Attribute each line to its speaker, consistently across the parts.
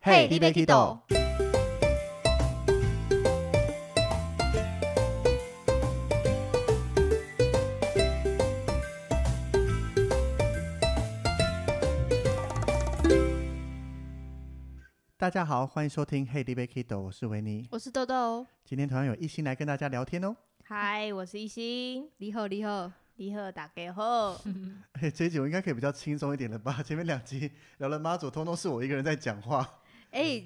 Speaker 1: 嘿你要去倒
Speaker 2: 大家好，欢迎收听 Hey, d b Kiddo，我是维尼。
Speaker 1: 我是豆豆，
Speaker 2: 今天同样有一心来跟大家聊天哦。
Speaker 3: 嗨，我是一心，
Speaker 1: 你好，你好，
Speaker 3: 你好，打给 后，
Speaker 2: 哎，这一集我应该可以比较轻松一点了吧？ 前面两集聊了妈祖，通通是我一个人在讲话。
Speaker 1: 哎、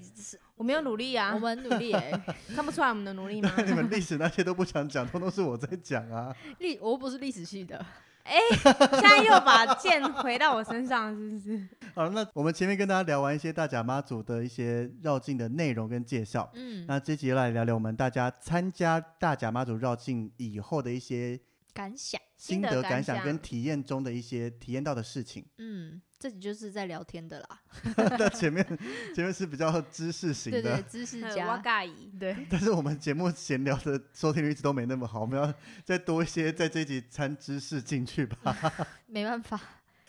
Speaker 3: 我们要努力啊
Speaker 1: 我，们很努力哎、
Speaker 3: 看不出来我们的努力吗？
Speaker 2: 那你们历史那些都不想讲，通通是我在讲啊。
Speaker 1: 历 我又不是历史系的，
Speaker 3: 哎、现在又把剑回到我身上，是不是？
Speaker 2: 好，那我们前面跟大家聊完一些大甲妈祖的一些绕境的内容跟介绍，
Speaker 1: 嗯，
Speaker 2: 那这集又来聊聊我们大家参加大甲妈祖绕境以后的一些
Speaker 1: 感想，
Speaker 2: 心
Speaker 3: 心得
Speaker 2: 得
Speaker 3: 感
Speaker 2: 感想
Speaker 3: 想
Speaker 2: 跟体验中的一些体验到的事 情。
Speaker 1: 嗯，这集就是在聊天的啦，
Speaker 2: 那前面前面是比较知识型
Speaker 1: 对
Speaker 2: 的
Speaker 1: 对，，知识
Speaker 3: 很 哇
Speaker 1: 家，
Speaker 3: 嘎伊，
Speaker 1: 嗯对，
Speaker 2: 但是我们节目闲聊的收听率一直都没那么好，我们要再多一些在这一集掺知识进去吧。
Speaker 1: 没办法，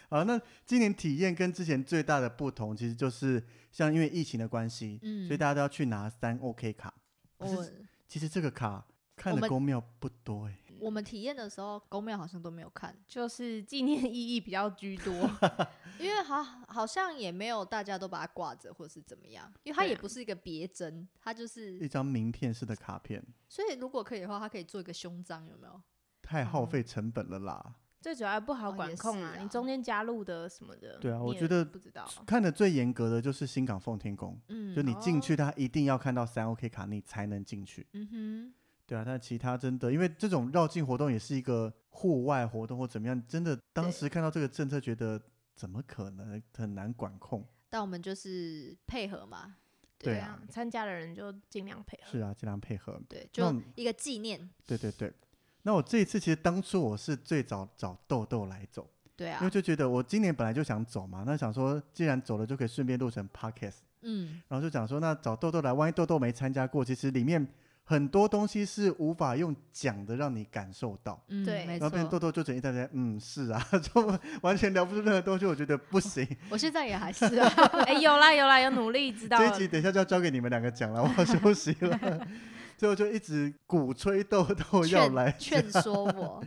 Speaker 2: 好，那今年体验跟之前最大的不同，其实就是像因为疫情的关系，
Speaker 1: 嗯哦
Speaker 2: 所以大家都要去拿三 OK 卡。可
Speaker 1: 我
Speaker 2: 是其实这个卡看
Speaker 1: 我
Speaker 2: 的
Speaker 1: 们
Speaker 2: 公庙不多哎、
Speaker 1: 我们体验的时候，公庙好像都没有看，
Speaker 3: 就是纪念意义比较居多。
Speaker 1: 因为好好像也没有大家都把它挂着或是怎么样，因为它
Speaker 3: 对啊
Speaker 1: 也不是一个别针，它就是，
Speaker 2: 一张名片式的卡片
Speaker 1: 所以如果可以的话，它可以做一个胸章，有没有？
Speaker 2: 太
Speaker 1: 嗯
Speaker 2: 耗费成本了啦。
Speaker 3: 最主要不好
Speaker 1: 哦
Speaker 3: 管
Speaker 1: 也
Speaker 3: 控
Speaker 1: 是
Speaker 3: 啊，
Speaker 1: 啊
Speaker 3: 你中间加入的什么的，
Speaker 2: 对啊
Speaker 3: 你
Speaker 2: 我
Speaker 3: 也
Speaker 2: 觉得
Speaker 3: 不知道。
Speaker 2: 看的最严格的就是新港奉天宫，
Speaker 1: 嗯，
Speaker 2: 就你进
Speaker 3: 哦
Speaker 2: 去，它一定要看到三 OK 卡，你才能进去。
Speaker 1: 嗯哼，
Speaker 2: 对啊，但其他真的，因为这种绕境活动也是一个户外活动或怎么样，真的当
Speaker 1: 对
Speaker 2: 时看到这个政策，觉得怎么可能很难管控？
Speaker 1: 但我们就是配合嘛，
Speaker 2: 对啊
Speaker 3: 啊，参加的人就尽量配合。
Speaker 2: 是啊，尽量配合。
Speaker 1: 对，
Speaker 2: 那我
Speaker 1: 就
Speaker 2: 们
Speaker 1: 一个纪念，
Speaker 2: 对对对。那我这一次其实当初我是最早找豆豆来走，
Speaker 1: 对啊
Speaker 2: 因为，就觉得我今年本来就想走嘛，那想说既然走了就可以顺便录成 podcast，
Speaker 1: 嗯，
Speaker 2: 然后就讲说那找豆豆来，万一豆豆没参加过，其实里面很多东西是无法用讲的让你感受到。
Speaker 1: 嗯
Speaker 3: 对
Speaker 1: 没
Speaker 2: 然后变成豆豆
Speaker 1: 错，
Speaker 2: 就整一大堆，嗯，是啊， 就完全聊不出任何东西，我觉得不行。
Speaker 1: 我现在也 还是啊，
Speaker 3: 哎、有啦有啦，有努力，知道
Speaker 2: 这一
Speaker 3: 了。
Speaker 2: 集等一下就要交给你们两个讲了，我要休息 了。所以我就一直鼓吹豆豆要来
Speaker 1: 劝，劝说我，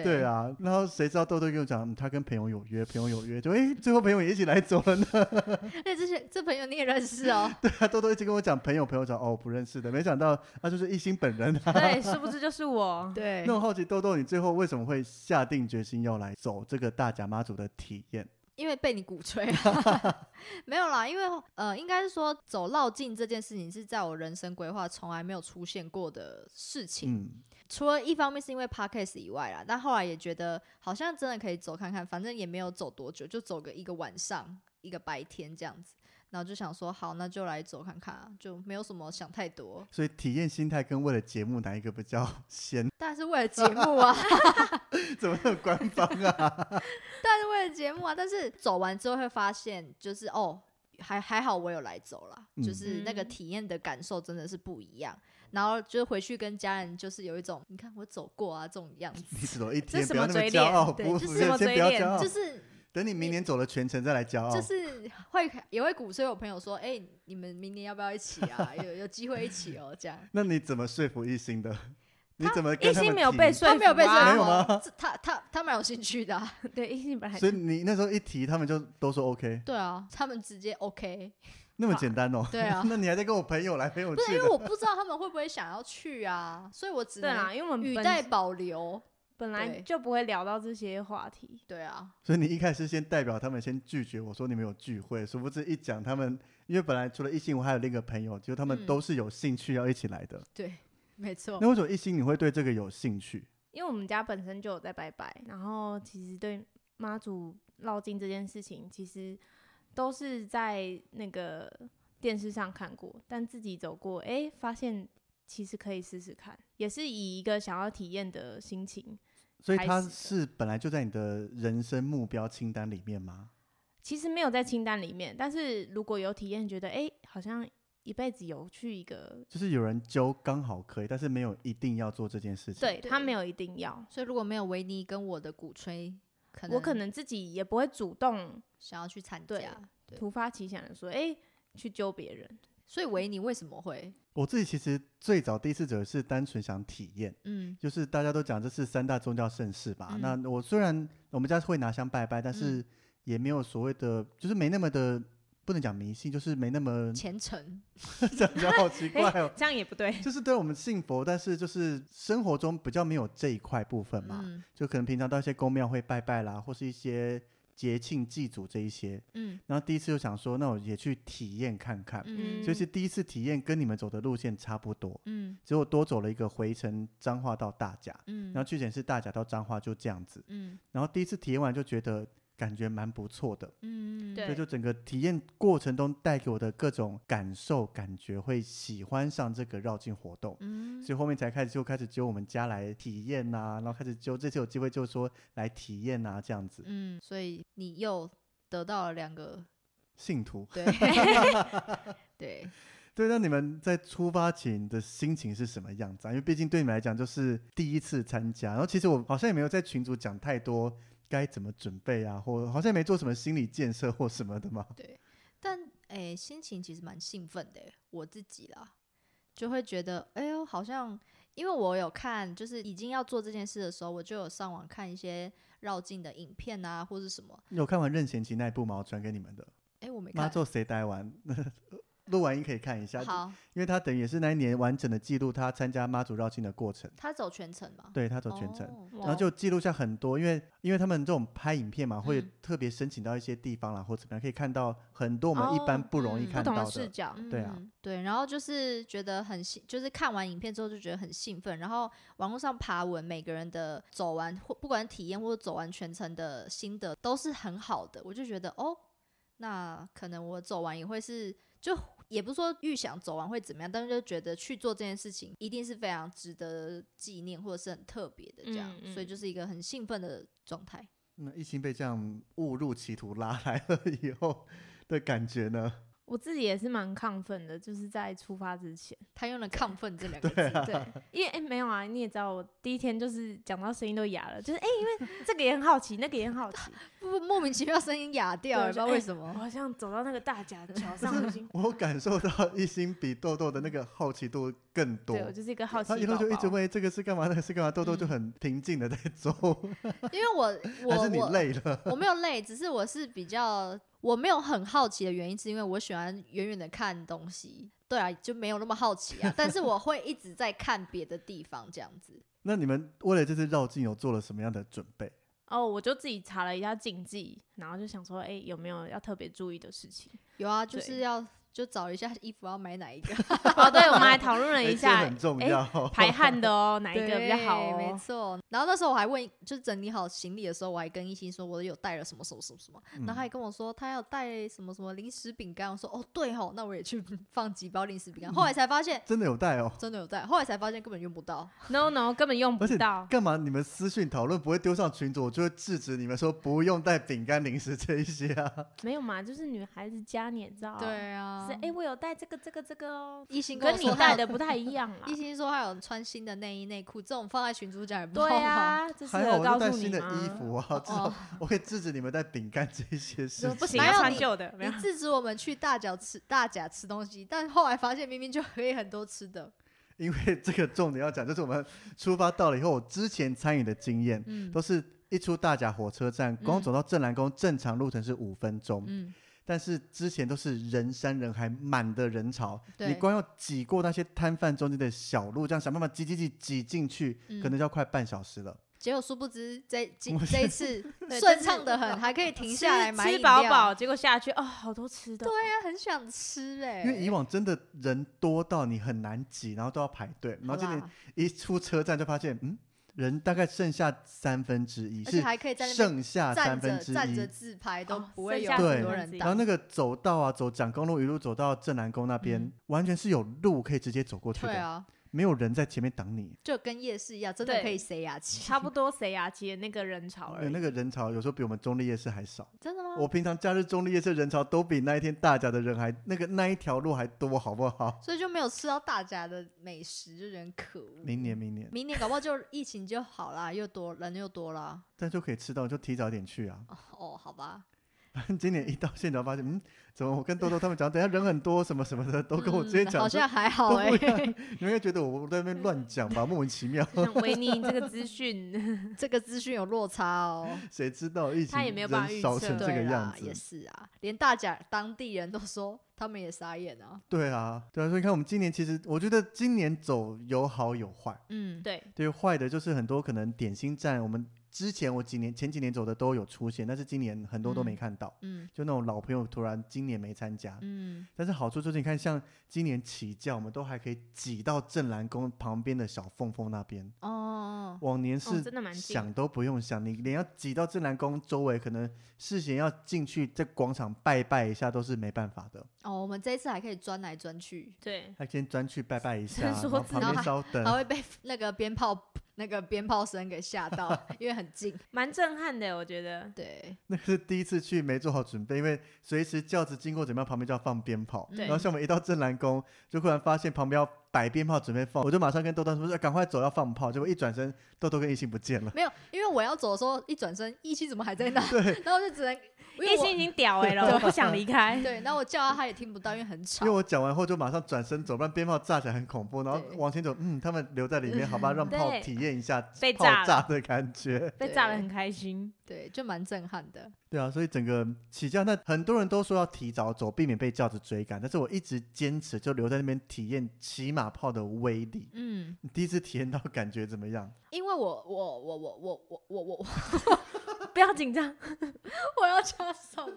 Speaker 2: 对，啊，然后谁知道豆豆跟我讲，嗯他跟朋友有约，朋友有约，就哎、最后朋友也一起来走了呢。
Speaker 1: 那哎这些这朋友你也认 识哦，
Speaker 2: 对啊，豆豆一直跟我讲朋友，朋友讲哦不认识的，没想到他就是一心本人啊。
Speaker 3: 对，殊不知就是我。
Speaker 1: 对
Speaker 2: 那我好奇豆豆，你最后为什么会下定决心要来走这个大甲妈祖的体验？
Speaker 1: 因为被你 鼓吹 啊，没有啦，因为呃，应该是说走绕境这件事情是在我人生规划从来没有出现过的事情。
Speaker 2: 嗯，
Speaker 1: 除了一方面是因为 podcast 以外啦，但后来也觉得好像真的可以走看看，反正也没有走多久，就走个一个晚上、一个白天这样子。然后就想说，好，那就来走看看啊，就没有什么想太多。
Speaker 2: 所以体验心态跟为了节目哪一个比较先？
Speaker 1: 但是为了节目啊，
Speaker 2: 怎么那么官 方啊？
Speaker 1: 但是为了节目啊，但是走完之后会发现，就是哦，还还好我有来走啦，
Speaker 2: 嗯
Speaker 1: 就是那个
Speaker 3: 嗯
Speaker 1: 体验的感受真的是不一样。然后就是回去跟家人，就是有一种你看我走过啊这种样
Speaker 2: 你
Speaker 1: 子，
Speaker 2: 只走一天，
Speaker 3: 这
Speaker 2: 不
Speaker 3: 什
Speaker 2: 要那
Speaker 3: 么
Speaker 2: 么骄
Speaker 3: 嘴脸
Speaker 2: 傲，
Speaker 3: 对
Speaker 2: 不，
Speaker 3: 这
Speaker 2: 不
Speaker 3: 什么
Speaker 2: 先不
Speaker 3: 嘴
Speaker 2: 要
Speaker 3: 脸
Speaker 2: 骄傲
Speaker 1: 就，是
Speaker 2: 等你明年走了全程再来骄傲。
Speaker 1: 就是会也会鼓吹我朋友说，哎、你们明年要不要一起 啊？有有机会一起哦，这样。
Speaker 2: 那你怎么说服一心的？你怎么跟
Speaker 3: 一
Speaker 2: 他
Speaker 3: 心
Speaker 2: 们
Speaker 3: 没有
Speaker 2: 提
Speaker 3: 被说
Speaker 1: 他没有被
Speaker 3: 服
Speaker 1: 说
Speaker 3: 啊
Speaker 2: 没有吗
Speaker 1: 服，这他他他蛮有兴趣的啊、
Speaker 3: 对，一心本来
Speaker 2: 所以你那时候一提，他们就都说 OK，
Speaker 1: 对啊，他们直接 OK，
Speaker 2: 那么简单哦。
Speaker 1: 对啊
Speaker 2: 那你还在跟我朋友来陪我
Speaker 1: 不是
Speaker 2: 去
Speaker 1: 因为
Speaker 2: 的？
Speaker 1: 我不知道他们会不会想要去啊，所以我只
Speaker 3: 对啦，
Speaker 1: 能
Speaker 3: 因为我们
Speaker 1: 语
Speaker 3: 本
Speaker 1: 带保留。
Speaker 3: 本来
Speaker 1: 对
Speaker 3: 就不会聊到这些话题。
Speaker 1: 对啊，
Speaker 2: 所以你一开始先代表他们先拒绝我说你们有聚会，殊不知一讲他们，因为本来除了一心，我还有另一个朋友，就他们
Speaker 1: 嗯
Speaker 2: 都是有兴趣要一起来的。
Speaker 1: 对，没错。
Speaker 2: 那为什么一心你会对这个有兴趣？
Speaker 3: 因为我们家本身就有在拜拜，然后其实对妈祖绕境这件事情，其实都是在那个电视上看过，但自己走过，哎、发现其实可以试试看，也是以一个想要体验的心情。
Speaker 2: 所以
Speaker 3: 开
Speaker 2: 他
Speaker 3: 始的
Speaker 2: 是本来就在你的人生目标清单里面吗？
Speaker 3: 其实没有在清单里面，但是如果有体验，觉得哎、诶好像一辈子有去一个，
Speaker 2: 就是有人揪刚好可以，但是没有一定要做这件事情。
Speaker 3: 对
Speaker 1: 对
Speaker 3: 他没有一定要，
Speaker 1: 所以如果没有维尼跟我的鼓吹，可能
Speaker 3: 我可能自己也不会主动
Speaker 1: 想要去参
Speaker 3: 对
Speaker 1: 加。对
Speaker 3: 突发奇想的说，哎、去揪别人。
Speaker 1: 所以维尼为什么会？
Speaker 2: 我自己其实最早第一次走是单纯想体验，
Speaker 1: 嗯
Speaker 2: 就是大家都讲这是三大宗教盛事吧。
Speaker 1: 嗯
Speaker 2: 那我虽然我们家会拿香拜拜，但是也没有所谓的，就是没那么的，不能讲迷信，就是没那 么
Speaker 1: 虔诚，
Speaker 2: 这样讲好奇怪哦。
Speaker 3: 这样也不对，
Speaker 2: 就是对我们信佛，但是就是生活中比较没有这一块部分嘛，
Speaker 1: 嗯
Speaker 2: 就可能平常到一些宫庙会拜拜啦，或是一些节庆祭祖这一些。
Speaker 1: 嗯
Speaker 2: 然后第一次就想说，那我也去体验看看。
Speaker 1: 嗯
Speaker 2: 所以是第一次体验跟你们走的路线差不多，
Speaker 1: 嗯
Speaker 2: 只有多走了一个回程彰化到大甲，然后
Speaker 1: 嗯
Speaker 2: 去检是大甲到彰化就这样子。
Speaker 1: 嗯
Speaker 2: 然后第一次体验完就觉得感觉蛮不错的，
Speaker 1: 嗯，
Speaker 3: 对
Speaker 2: 所以就整个体验过程中带给我的各种感受，感觉会喜欢上这个绕境活动。
Speaker 1: 嗯
Speaker 2: 所以后面才开始就开始揪我们家来体验呐、然后开始揪这次有机会就说来体验呐、这样子。
Speaker 1: 嗯，所以你又得到了两个
Speaker 2: 信徒，
Speaker 1: 对对，
Speaker 2: 对，那你们在出发前的心情是什么样子啊？因为毕竟对你们来讲就是第一次参加，然后其实我好像也没有在群组讲太多该怎么准备啊，或好像也没做什么心理建设或什么的嘛。
Speaker 1: 但诶、心情其实蛮兴奋的欸，我自己啦，就会觉得，哎呦，好像因为我有看，就是已经要做这件事的时候，我就有上网看一些绕境的影片啊，或是什么。
Speaker 2: 有看完任贤齐那一部吗？我传给你 们的。
Speaker 1: 哎、我没
Speaker 2: 妈
Speaker 1: 看。
Speaker 2: 做谁待完？录完音可以看一下，
Speaker 1: 好，
Speaker 2: 因为他等于也是那一年完整的记录他参加妈祖绕境的过程，
Speaker 1: 他走全程嘛？
Speaker 2: 对他走全程。
Speaker 1: 哦
Speaker 2: 然后就记录下很多，因为因为他们这种拍影片嘛，会
Speaker 1: 嗯
Speaker 2: 特别申请到一些地方啦，或怎么样，可以看到很多我们一般
Speaker 1: 哦
Speaker 2: 不容易
Speaker 1: 嗯
Speaker 2: 看
Speaker 3: 不
Speaker 2: 到
Speaker 3: 同
Speaker 2: 的。
Speaker 3: 的视角，
Speaker 1: 嗯
Speaker 2: 对啊
Speaker 1: 对，然后就是觉得很兴，就是看完影片之后就觉得很兴奋，然后网络上爬文，每个人的走完或不管是体验或者走完全程的心得都是很好的，我就觉得哦，那可能我走完也会是就。也不是说预想走完会怎么样，但是就觉得去做这件事情一定是非常值得纪念或者是很特别的这样，
Speaker 3: 嗯
Speaker 1: 所以
Speaker 3: 嗯
Speaker 1: 就是一个很兴奋的状态。
Speaker 2: 那一心被这样误入歧途拉来了以后的感觉呢？
Speaker 3: 我自己也是蛮亢奋的，就是在出发之前，
Speaker 1: 他用了“亢 奋”这两个字，
Speaker 3: 对，因为哎、没有啊，你也知道，我第一天就是讲到声音都哑了，就是哎、因为这个也很好奇，那个也很 好奇，
Speaker 1: 不莫名其妙声音哑掉了，
Speaker 3: 对
Speaker 1: 不知
Speaker 2: 哎
Speaker 1: 道为什么
Speaker 2: 哦
Speaker 3: 我。好像走到那个大甲桥上我已经，
Speaker 2: 我有感受到一心比豆豆的那个好奇度更多
Speaker 3: 对，我就是一个好奇嗯
Speaker 2: 他
Speaker 3: 宝宝，
Speaker 2: 一路就一直问这个是干嘛，那个是干嘛，豆豆就很平静的在走，
Speaker 1: 因为我
Speaker 2: 还
Speaker 1: 我
Speaker 2: 是你
Speaker 1: 我
Speaker 2: 累了？
Speaker 1: 我没有累，只是我是比较我没有很好奇的原因，是因为我喜欢远远的看东西。对啊，就没有那么好奇啊，但是我会一直在看别的地方这样子。
Speaker 2: 那你们为了这次绕境有做了什么样的准备？
Speaker 3: 哦，我就自己查了一下禁忌，然后就想说，哎、有没有要特别注意的事情？
Speaker 1: 有啊，就是
Speaker 3: 对
Speaker 1: 要就找一下衣服要买哪一个，
Speaker 3: 哦，对，我们还讨论了
Speaker 2: 哎
Speaker 3: 一
Speaker 2: 这
Speaker 3: 下
Speaker 2: 很重
Speaker 3: 哎
Speaker 2: 要。
Speaker 3: 排汗的哦， 哪一个比较好
Speaker 1: 对没
Speaker 3: 哦？
Speaker 1: 错。然后那时候我还问，就整理好行李的时候，我还跟一心说我有带了什么什么什么什么，
Speaker 2: 嗯
Speaker 1: 然后他还跟我说他要带什么什么零食饼干。我说哦对哦，那我也去 放几包零食饼干。后来才发现
Speaker 2: 真的有带哦。
Speaker 1: 真的有带，后来才发现根本用不到。
Speaker 3: No No，根本用
Speaker 2: 而
Speaker 3: 不
Speaker 2: 且
Speaker 3: 到。
Speaker 2: 干嘛？你们私讯讨论不会丢上群组，我就会制止你们说不用带饼干、零食这一些啊。
Speaker 3: 没有嘛，就是女孩子家你也知道，
Speaker 1: 对啊，
Speaker 3: 是哎、我有带这个这个这个哦，
Speaker 1: 一心
Speaker 3: 跟
Speaker 1: 我
Speaker 3: 你
Speaker 1: 说他
Speaker 3: 带
Speaker 1: 有
Speaker 3: 的不太一样啦
Speaker 1: 一。心说他有穿新的内衣内裤，这种放在群主讲也不好
Speaker 3: 对
Speaker 1: 吗？
Speaker 3: 啊，这是
Speaker 2: 还好我
Speaker 3: 告
Speaker 2: 就带
Speaker 3: 诉你
Speaker 2: 新的
Speaker 3: 吗
Speaker 2: 衣，服啊，至少
Speaker 1: 哦，
Speaker 2: 我可以制止你们带饼干这一些事
Speaker 3: 说
Speaker 2: 情。
Speaker 3: 不行，
Speaker 1: 哪
Speaker 3: 要
Speaker 1: 有
Speaker 3: 穿
Speaker 1: 你
Speaker 3: 旧的，没
Speaker 1: 你
Speaker 3: 有。
Speaker 1: 制止我们去大甲吃大甲吃东西，但后来发现明明就可以很多吃的。
Speaker 2: 因为这个重点要讲，就是我们出发到了以后，我之前参与的经验、
Speaker 1: 嗯
Speaker 2: 都是一出大甲火车站，光
Speaker 1: 嗯
Speaker 2: 走到正南宫，正常路程是五分钟，
Speaker 1: 嗯，
Speaker 2: 但是之前都是人山人海，满的人潮，你
Speaker 1: 对，
Speaker 2: 光要挤过那些摊贩中间的小路，这样想办法挤挤挤挤进去，
Speaker 1: 嗯
Speaker 2: 可能就要快半小时了。
Speaker 1: 结果殊不知这 这
Speaker 2: 我们
Speaker 1: 这一次
Speaker 3: 对
Speaker 1: 顺
Speaker 3: 这是
Speaker 1: 畅的很，还可以停下来
Speaker 3: 吃
Speaker 1: 买
Speaker 3: 吃
Speaker 1: 饮
Speaker 3: 饱
Speaker 1: 料
Speaker 3: 饱，结果下去哦，好多吃的。
Speaker 1: 对啊，很想吃哎、
Speaker 2: 因为以往真的人多到你很难挤，然后都要排队，然后
Speaker 1: 好
Speaker 2: 今年
Speaker 1: 啦
Speaker 2: 一出车站就发现，嗯，人大概剩下三分之一，
Speaker 1: 而且
Speaker 2: 是
Speaker 1: 还可以在那边
Speaker 2: 剩下
Speaker 1: 站
Speaker 2: 三分
Speaker 1: 着
Speaker 2: 之
Speaker 1: 站着
Speaker 2: 一。
Speaker 1: 自拍都
Speaker 3: 哦
Speaker 1: 不会
Speaker 3: 剩
Speaker 1: 有
Speaker 3: 下
Speaker 2: 三
Speaker 1: 很多
Speaker 2: 分
Speaker 1: 人
Speaker 3: 之一
Speaker 2: 然后
Speaker 1: 到。
Speaker 2: 那个走道啊，走蒋公路一路走到正南宫那边，
Speaker 1: 嗯
Speaker 2: 完全是有路可以直接走过去
Speaker 1: 对
Speaker 2: 的，
Speaker 1: 啊，
Speaker 2: 没有人在前面挡你。
Speaker 1: 就跟夜市一样，真的
Speaker 3: 对
Speaker 1: 可以塞牙签。
Speaker 3: 差不多谁呀、啊？接那个人潮而
Speaker 2: 对
Speaker 3: 已。
Speaker 2: 那个人潮有时候比我们中立夜市还少。
Speaker 1: 真的吗？
Speaker 2: 我平常假日中立夜市人潮都比那一天大家的人还那个那一条路还多，好不好？
Speaker 1: 所以就没有吃到大家的美食，就有点可恶。
Speaker 2: 明年明年，
Speaker 1: 明年搞不好就疫情 就好啦，又多人又多啦。
Speaker 2: 但就可以吃到，就提早点去啊。
Speaker 1: 哦，哦好吧，
Speaker 2: 今年一到现场发现，嗯，怎么我跟豆豆他们讲，等一下人很多什么什么的，哦都跟我之前
Speaker 1: 嗯
Speaker 2: 讲
Speaker 1: 好
Speaker 2: 的
Speaker 1: 像还好
Speaker 2: 都
Speaker 1: 哎、
Speaker 2: 不一样， 你们应该觉得我在那边乱讲吧，莫名其妙，
Speaker 3: 想维尼这个资讯，
Speaker 1: 这个资讯有落差哦。
Speaker 2: 谁知道疫情
Speaker 3: 他也没有办法
Speaker 2: 人
Speaker 3: 预
Speaker 2: 少
Speaker 3: 测
Speaker 2: 成这个
Speaker 1: 对
Speaker 2: 样
Speaker 1: 啦，
Speaker 2: 子
Speaker 1: 也，是啊，连大甲当地人都说他们也傻眼啊。
Speaker 2: 对啊，对啊，所以你看我们今年其实，我觉得今年走有好有坏，
Speaker 1: 嗯，
Speaker 3: 对，
Speaker 2: 对坏的就是很多可能点心站，我们之前我几年前几年走的都有出现，但是今年很多都没
Speaker 1: 嗯
Speaker 2: 看到，
Speaker 1: 嗯
Speaker 2: 就那种老朋友突然今年没参加，
Speaker 1: 嗯，
Speaker 2: 但是好处就是，你看，像今年起价，我们都还可以挤到正蓝宫旁边的小缝缝那边。
Speaker 1: 哦，
Speaker 2: 往年是
Speaker 3: 真的蛮近
Speaker 2: 想都不用想，你连要挤到正蓝宫周围，可能事先要进去在广场拜拜一下都是没办法的，
Speaker 1: 哦，我们这一次还可以钻来钻去，
Speaker 3: 对，
Speaker 2: 还先钻去拜拜一下，
Speaker 3: 真
Speaker 2: 然
Speaker 3: 说
Speaker 2: 后
Speaker 3: 自
Speaker 2: 旁
Speaker 1: 然
Speaker 2: 边
Speaker 1: 后
Speaker 2: 稍
Speaker 1: 还
Speaker 2: 等。
Speaker 1: 会被那个鞭炮那个鞭炮声给吓到， 因为很近。
Speaker 3: 蛮震撼的，我觉得。
Speaker 1: 对，
Speaker 2: 那是第一次去没做好准备，因为随时轿子经过怎么样，旁边就要放鞭炮。
Speaker 3: 对
Speaker 2: 然后像我们一到正蓝宫，就忽然发现旁边要摆鞭炮准备放，我就马上跟豆豆说：“哎赶快走，要放炮。”结果一转身，豆豆跟异性不见了。
Speaker 1: 没有，因为我要走的时候一转身，一心怎么还在那？然后就只能因为
Speaker 3: 叶
Speaker 1: 我
Speaker 3: 心已经屌 哎了，我不想离开。
Speaker 1: 对，然后我叫他他也听不到，因为很
Speaker 2: 因为
Speaker 1: 吵。
Speaker 2: 我讲完后就马上转身走，不然鞭炮炸起来很恐怖。然后
Speaker 1: 对
Speaker 2: 往前走，嗯，他们留在里面，好 吧，让炮
Speaker 3: 对
Speaker 2: 体验一下
Speaker 3: 被
Speaker 2: 炮
Speaker 3: 炸
Speaker 2: 炸
Speaker 3: 了
Speaker 2: 的感觉。
Speaker 3: 被炸得很开心。
Speaker 1: 对，就蛮震撼的。
Speaker 2: 对啊，所以整个起价，那很多人都说要提早走，避免被轿子追赶，但是我一直坚持就留在那边体验骑马炮的威力。
Speaker 1: 嗯，
Speaker 2: 你第一次体验到感觉怎么 样？
Speaker 1: 因为我我我我我我我我
Speaker 3: 不要紧张，
Speaker 1: 我要讲什 么？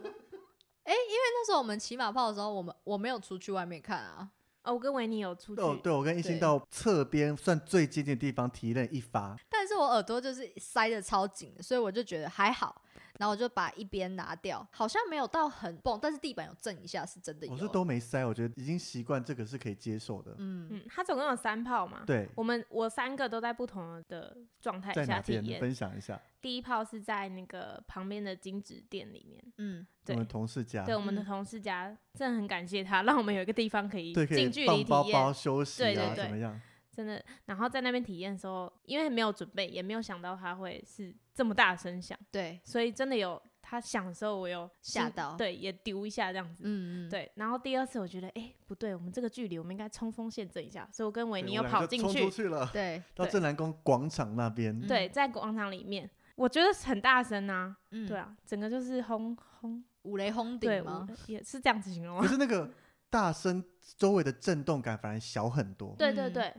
Speaker 1: 哎、因为那时候我们骑马炮的时候，我们我没有出去外面看啊。
Speaker 3: 哦，我跟维尼有出去，
Speaker 2: 哦，对，我跟一心
Speaker 1: 对
Speaker 2: 到侧边算最接近的地方体验一发，
Speaker 1: 但是我耳朵就是塞的超紧的，所以我就觉得还好。然后我就把一边拿掉，好像没有到很蹦，但是地板有震一下，是真的有。
Speaker 2: 我哦是都没塞，我觉得已经习惯这个是可以接受的。
Speaker 1: 嗯，
Speaker 3: 哎嗯，他总共有三炮嘛。
Speaker 2: 对，
Speaker 3: 我们我三个都在不同的状态
Speaker 2: 在
Speaker 3: 下
Speaker 2: 哪
Speaker 3: 体
Speaker 2: 边
Speaker 3: 验。
Speaker 2: 分享一下？
Speaker 3: 第一炮是在那个旁边的金纸店里面，
Speaker 1: 嗯
Speaker 2: 我
Speaker 3: 对
Speaker 2: 们同事家，
Speaker 3: 对我们的
Speaker 1: 嗯
Speaker 3: 同事家，真的很感谢他，让我们有一个地方可以
Speaker 2: 对，可以
Speaker 3: 近距
Speaker 2: 放
Speaker 3: 离
Speaker 2: 包
Speaker 3: 体
Speaker 2: 包
Speaker 3: 验，
Speaker 2: 休息
Speaker 3: 对
Speaker 1: 对
Speaker 2: 啊，
Speaker 1: 对
Speaker 2: 怎么样？
Speaker 3: 真的。然后在那边体验的时候，因为没有准备，也没有想到他会是这么大的声响，
Speaker 1: 对，
Speaker 3: 所以真的有他响的时候，我有
Speaker 1: 吓
Speaker 3: 心
Speaker 1: 到
Speaker 3: 对，也丢一下这样子。
Speaker 1: 嗯嗯，
Speaker 3: 对，然后第二次我觉得，哎、不对，我们这个距离我们应该冲锋陷阵一下，所以我跟维
Speaker 2: 对我
Speaker 3: 尼又
Speaker 2: 们
Speaker 3: 跑
Speaker 2: 两个
Speaker 3: 进
Speaker 2: 冲
Speaker 3: 去
Speaker 2: 出，去 了，
Speaker 1: 对，
Speaker 2: 到
Speaker 3: 对
Speaker 2: 正南宫广场那边
Speaker 1: 嗯。
Speaker 3: 对，在广场里面，我觉得很大声啊，
Speaker 1: 嗯，
Speaker 3: 对，啊，整个就是轰轰，
Speaker 1: 五雷轰
Speaker 3: 对，
Speaker 1: 顶
Speaker 3: 我
Speaker 1: 吗？
Speaker 3: 也是这样子形容啊
Speaker 2: 可
Speaker 3: 吗？
Speaker 2: 是那个大声周围的震动感反而小很多。
Speaker 3: 对对
Speaker 1: 嗯
Speaker 3: 对，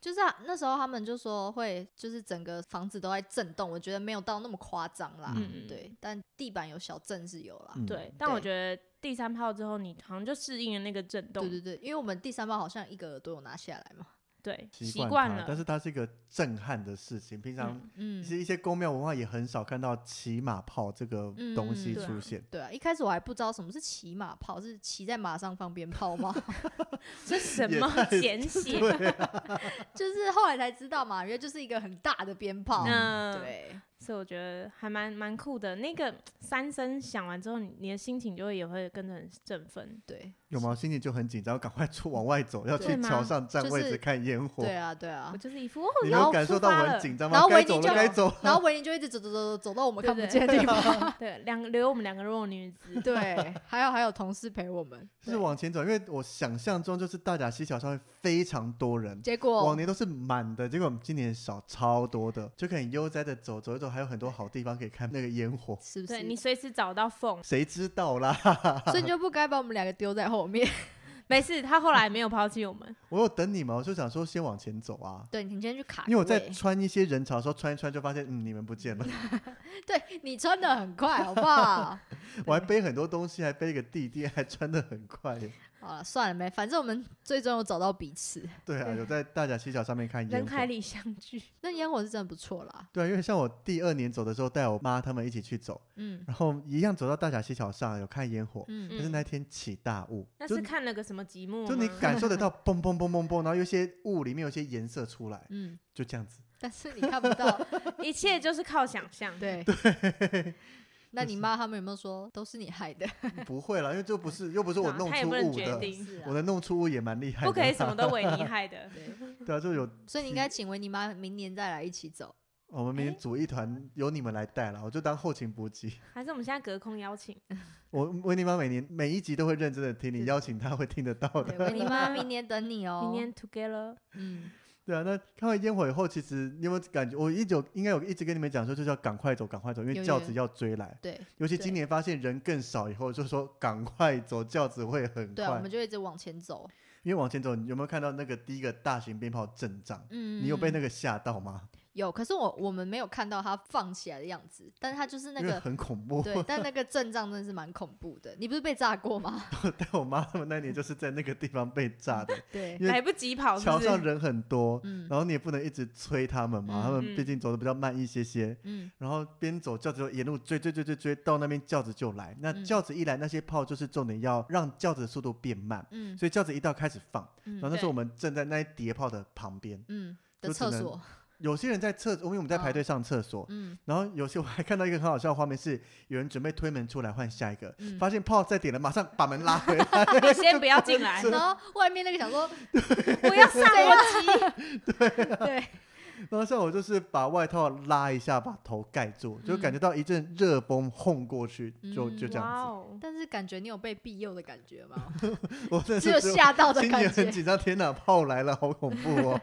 Speaker 1: 就是、啊、那时候他们就说会，就是整个房子都在震动，我觉得没有到那么夸张啦。
Speaker 3: 嗯
Speaker 1: 对，但地板有小震是有啦。
Speaker 2: 嗯
Speaker 3: 啊对，但我
Speaker 1: 对
Speaker 3: 觉得第三炮之后，你好像就适应了那个震动
Speaker 1: 对，对对，因为我们第三包好像一个耳朵有拿下来 嘛。
Speaker 3: 对，
Speaker 2: 习
Speaker 3: 习
Speaker 2: 惯
Speaker 3: 惯
Speaker 2: 它
Speaker 3: 了，
Speaker 2: 但是它是一个震撼的事情。平常
Speaker 3: 嗯
Speaker 1: 嗯
Speaker 2: 其，实一些宫庙文化也很少看到骑马炮这个东西
Speaker 1: 嗯
Speaker 3: 对啊
Speaker 2: 出 现。
Speaker 1: 对啊，一开始我还不知道什么是骑马炮，是骑在马上放鞭炮吗？
Speaker 3: 这什
Speaker 2: 也
Speaker 3: 么
Speaker 2: 太
Speaker 3: 简写？
Speaker 2: 对啊，
Speaker 1: 就是后来才知道嘛，原来就是一个很大的鞭炮。
Speaker 3: 嗯，，
Speaker 1: 对，
Speaker 3: 所以我觉得还蛮蛮酷的。那个三声响完之后，你你的心情就会也会跟着很振奋。
Speaker 1: 对，
Speaker 2: 有吗？心情就很紧张，赶快出往外走，要去
Speaker 1: 对
Speaker 3: 吗
Speaker 2: 桥上占
Speaker 1: 就
Speaker 2: 位
Speaker 1: 是
Speaker 2: 置看烟火。
Speaker 1: 对啊，对啊
Speaker 3: 我。就是一副哦，
Speaker 2: 你没
Speaker 1: 然
Speaker 2: 有
Speaker 1: 后
Speaker 2: 感
Speaker 3: 出
Speaker 2: 受到
Speaker 3: 发
Speaker 2: 我很
Speaker 3: 了
Speaker 2: 紧张
Speaker 1: 然
Speaker 2: 吗？
Speaker 1: 后
Speaker 2: 该
Speaker 1: 维尼
Speaker 2: 走了，
Speaker 1: 就
Speaker 2: 该走了。
Speaker 1: 然后维尼就一直走走走走走到我们看不
Speaker 3: 对对
Speaker 1: 见的地方。
Speaker 3: 对，两个留我们两个弱女子，
Speaker 1: 对，还有还有同事陪我们，
Speaker 2: 就是往前走，因为我想象中就是大甲溪桥上会非常多人，
Speaker 1: 结
Speaker 2: 往
Speaker 3: 哦
Speaker 1: 果
Speaker 2: 年都是满的，结果我们今年少超多的，就可以悠哉的走走一走，还有很多好地方可以看那个烟火，
Speaker 1: 是不
Speaker 3: 对
Speaker 1: 是
Speaker 3: 你？随时找到缝。
Speaker 2: 谁知道啦？
Speaker 1: 所以你就不该把我们两个丢在后面。
Speaker 3: 没事，他后来没有抛弃我 们。
Speaker 2: 我有等你们，我就想说先往前走啊，
Speaker 1: 对你今天去卡
Speaker 2: 因为我
Speaker 1: 个
Speaker 2: 在
Speaker 1: 位
Speaker 2: 穿一些人潮的时候穿一穿就发现，嗯，你们不见 了，
Speaker 1: 对你穿的很快，好不好？
Speaker 2: 我还背很多东西，还背一个地垫，还穿的很快耶。
Speaker 1: 好了，算了没，反正我们最终有找到彼此。
Speaker 2: 对啊，
Speaker 3: 对
Speaker 2: 有在大甲溪桥上面看烟
Speaker 3: 人
Speaker 2: 火。
Speaker 3: 海里相聚，
Speaker 1: 那烟火是真的不错啦，
Speaker 2: 对啊，因为像我第二年走的时候，带我妈他们一起去走，
Speaker 1: 嗯
Speaker 2: 然后一样走到大甲溪桥上有看烟火，
Speaker 1: 嗯
Speaker 2: 但是那天起大雾，
Speaker 3: 那
Speaker 2: 就是
Speaker 3: 看了个什么节目吗？
Speaker 2: 就你感受得 到嘣嘣嘣嘣嘣，然后有些雾里面有些颜色出来，
Speaker 1: 嗯，
Speaker 2: 就这样子。
Speaker 1: 但是你看不到，
Speaker 3: 一切就是靠想 象。，
Speaker 1: 对那你妈他们有没有说都是你害的？
Speaker 2: 不会啦，因为这不是又不是我
Speaker 3: 啊
Speaker 2: 弄
Speaker 3: 他也
Speaker 2: 出
Speaker 3: 不能
Speaker 2: 雾
Speaker 3: 决
Speaker 2: 的，
Speaker 3: 定
Speaker 1: 是
Speaker 2: 我
Speaker 1: 啊，。
Speaker 2: 能弄出雾也蛮厉害的。
Speaker 3: 不可以什么都维尼害的
Speaker 1: 对，
Speaker 2: 对啊，就有
Speaker 1: 所以你应该请维尼妈明年再来一起走。
Speaker 2: 我们明天
Speaker 3: 哎
Speaker 2: 组一团，由你们来带了，我就当后勤补给。
Speaker 3: 还是我们现在隔空邀请？
Speaker 2: 我维尼妈每年每一集都会认真的听，你
Speaker 3: 是
Speaker 2: 邀请她会听得到的。
Speaker 3: 对，
Speaker 1: 维
Speaker 3: 维
Speaker 1: 尼
Speaker 3: 尼
Speaker 1: 妈
Speaker 3: 妈
Speaker 1: 明年等你哦，
Speaker 3: 明年 together，
Speaker 1: 嗯，
Speaker 2: 对啊，那看完烟火以后，其实你有没有感觉？我一直有应该有一直跟你们讲说，就是要赶快走，赶快走，因为
Speaker 1: 有
Speaker 2: 轿
Speaker 1: 有
Speaker 2: 子要追来。
Speaker 1: 对
Speaker 2: 尤其
Speaker 1: 对
Speaker 2: 今年发现人更少以后，就说赶快走，轿子会很
Speaker 1: 对啊，我
Speaker 2: 快
Speaker 1: 们。就一直往前走。
Speaker 2: 因为往前走，你有没有看到那个第一个大型鞭炮阵仗？
Speaker 1: 嗯，
Speaker 2: 你有被那
Speaker 1: 个
Speaker 2: 个吓到吗？
Speaker 1: 有？可是我我们没有看到它放起来的样子，但是它就是那
Speaker 2: 因为
Speaker 1: 个
Speaker 2: 很恐怖。
Speaker 1: 对，但那个阵仗真的是蛮恐怖的。你不是被炸过吗？
Speaker 2: 但我妈他们那年就是在那个地方被炸的，
Speaker 1: 对，
Speaker 2: 因为
Speaker 3: 来不及跑是
Speaker 2: 桥
Speaker 3: 不是
Speaker 2: 上？人很多，
Speaker 1: 嗯
Speaker 2: 然后你也不能一直催他们嘛，
Speaker 1: 嗯
Speaker 2: 他们毕
Speaker 3: 嗯
Speaker 2: 竟走的比较慢一些些。
Speaker 1: 嗯，
Speaker 2: 然后边走轿子就沿路追追追追追到那边轿子就来，那
Speaker 1: 嗯
Speaker 2: 轿子一来，那些炮就是重点要让轿子的速度变慢，
Speaker 1: 嗯
Speaker 2: 所以轿子一到开始放，
Speaker 1: 嗯
Speaker 2: 然后那时候
Speaker 3: 对
Speaker 2: 我们正在那一叠炮的旁边，
Speaker 1: 嗯
Speaker 2: 就
Speaker 1: 的
Speaker 2: 只
Speaker 1: 厕
Speaker 2: 能
Speaker 1: 所，
Speaker 2: 有些人在厕，因为我们在排队上厕所，
Speaker 1: 嗯
Speaker 2: 然后有些我还看到一个很好笑的画面是有人准备推门出来换下一个，
Speaker 1: 嗯。
Speaker 2: 发现炮再点了，马上把门拉 回来，
Speaker 3: 你先不要进 来，
Speaker 2: 啊
Speaker 1: 然后外面那个想说，
Speaker 3: 我要上
Speaker 1: 对
Speaker 3: 了。
Speaker 1: 对，
Speaker 2: 然后像我就是把外套拉一下，把头盖住，
Speaker 1: 嗯
Speaker 2: 就感觉到一阵热风轰过去，就就这
Speaker 3: 哇
Speaker 2: 样
Speaker 3: 哦，
Speaker 1: 但是感觉你有被庇佑的感觉 吗？
Speaker 2: 子。我真的
Speaker 1: 只
Speaker 2: 是
Speaker 1: 有
Speaker 2: 只有
Speaker 1: 吓到的
Speaker 2: 心里
Speaker 1: 感
Speaker 2: 很
Speaker 1: 觉。
Speaker 2: 紧张，天哪，炮来了，好恐怖 哦！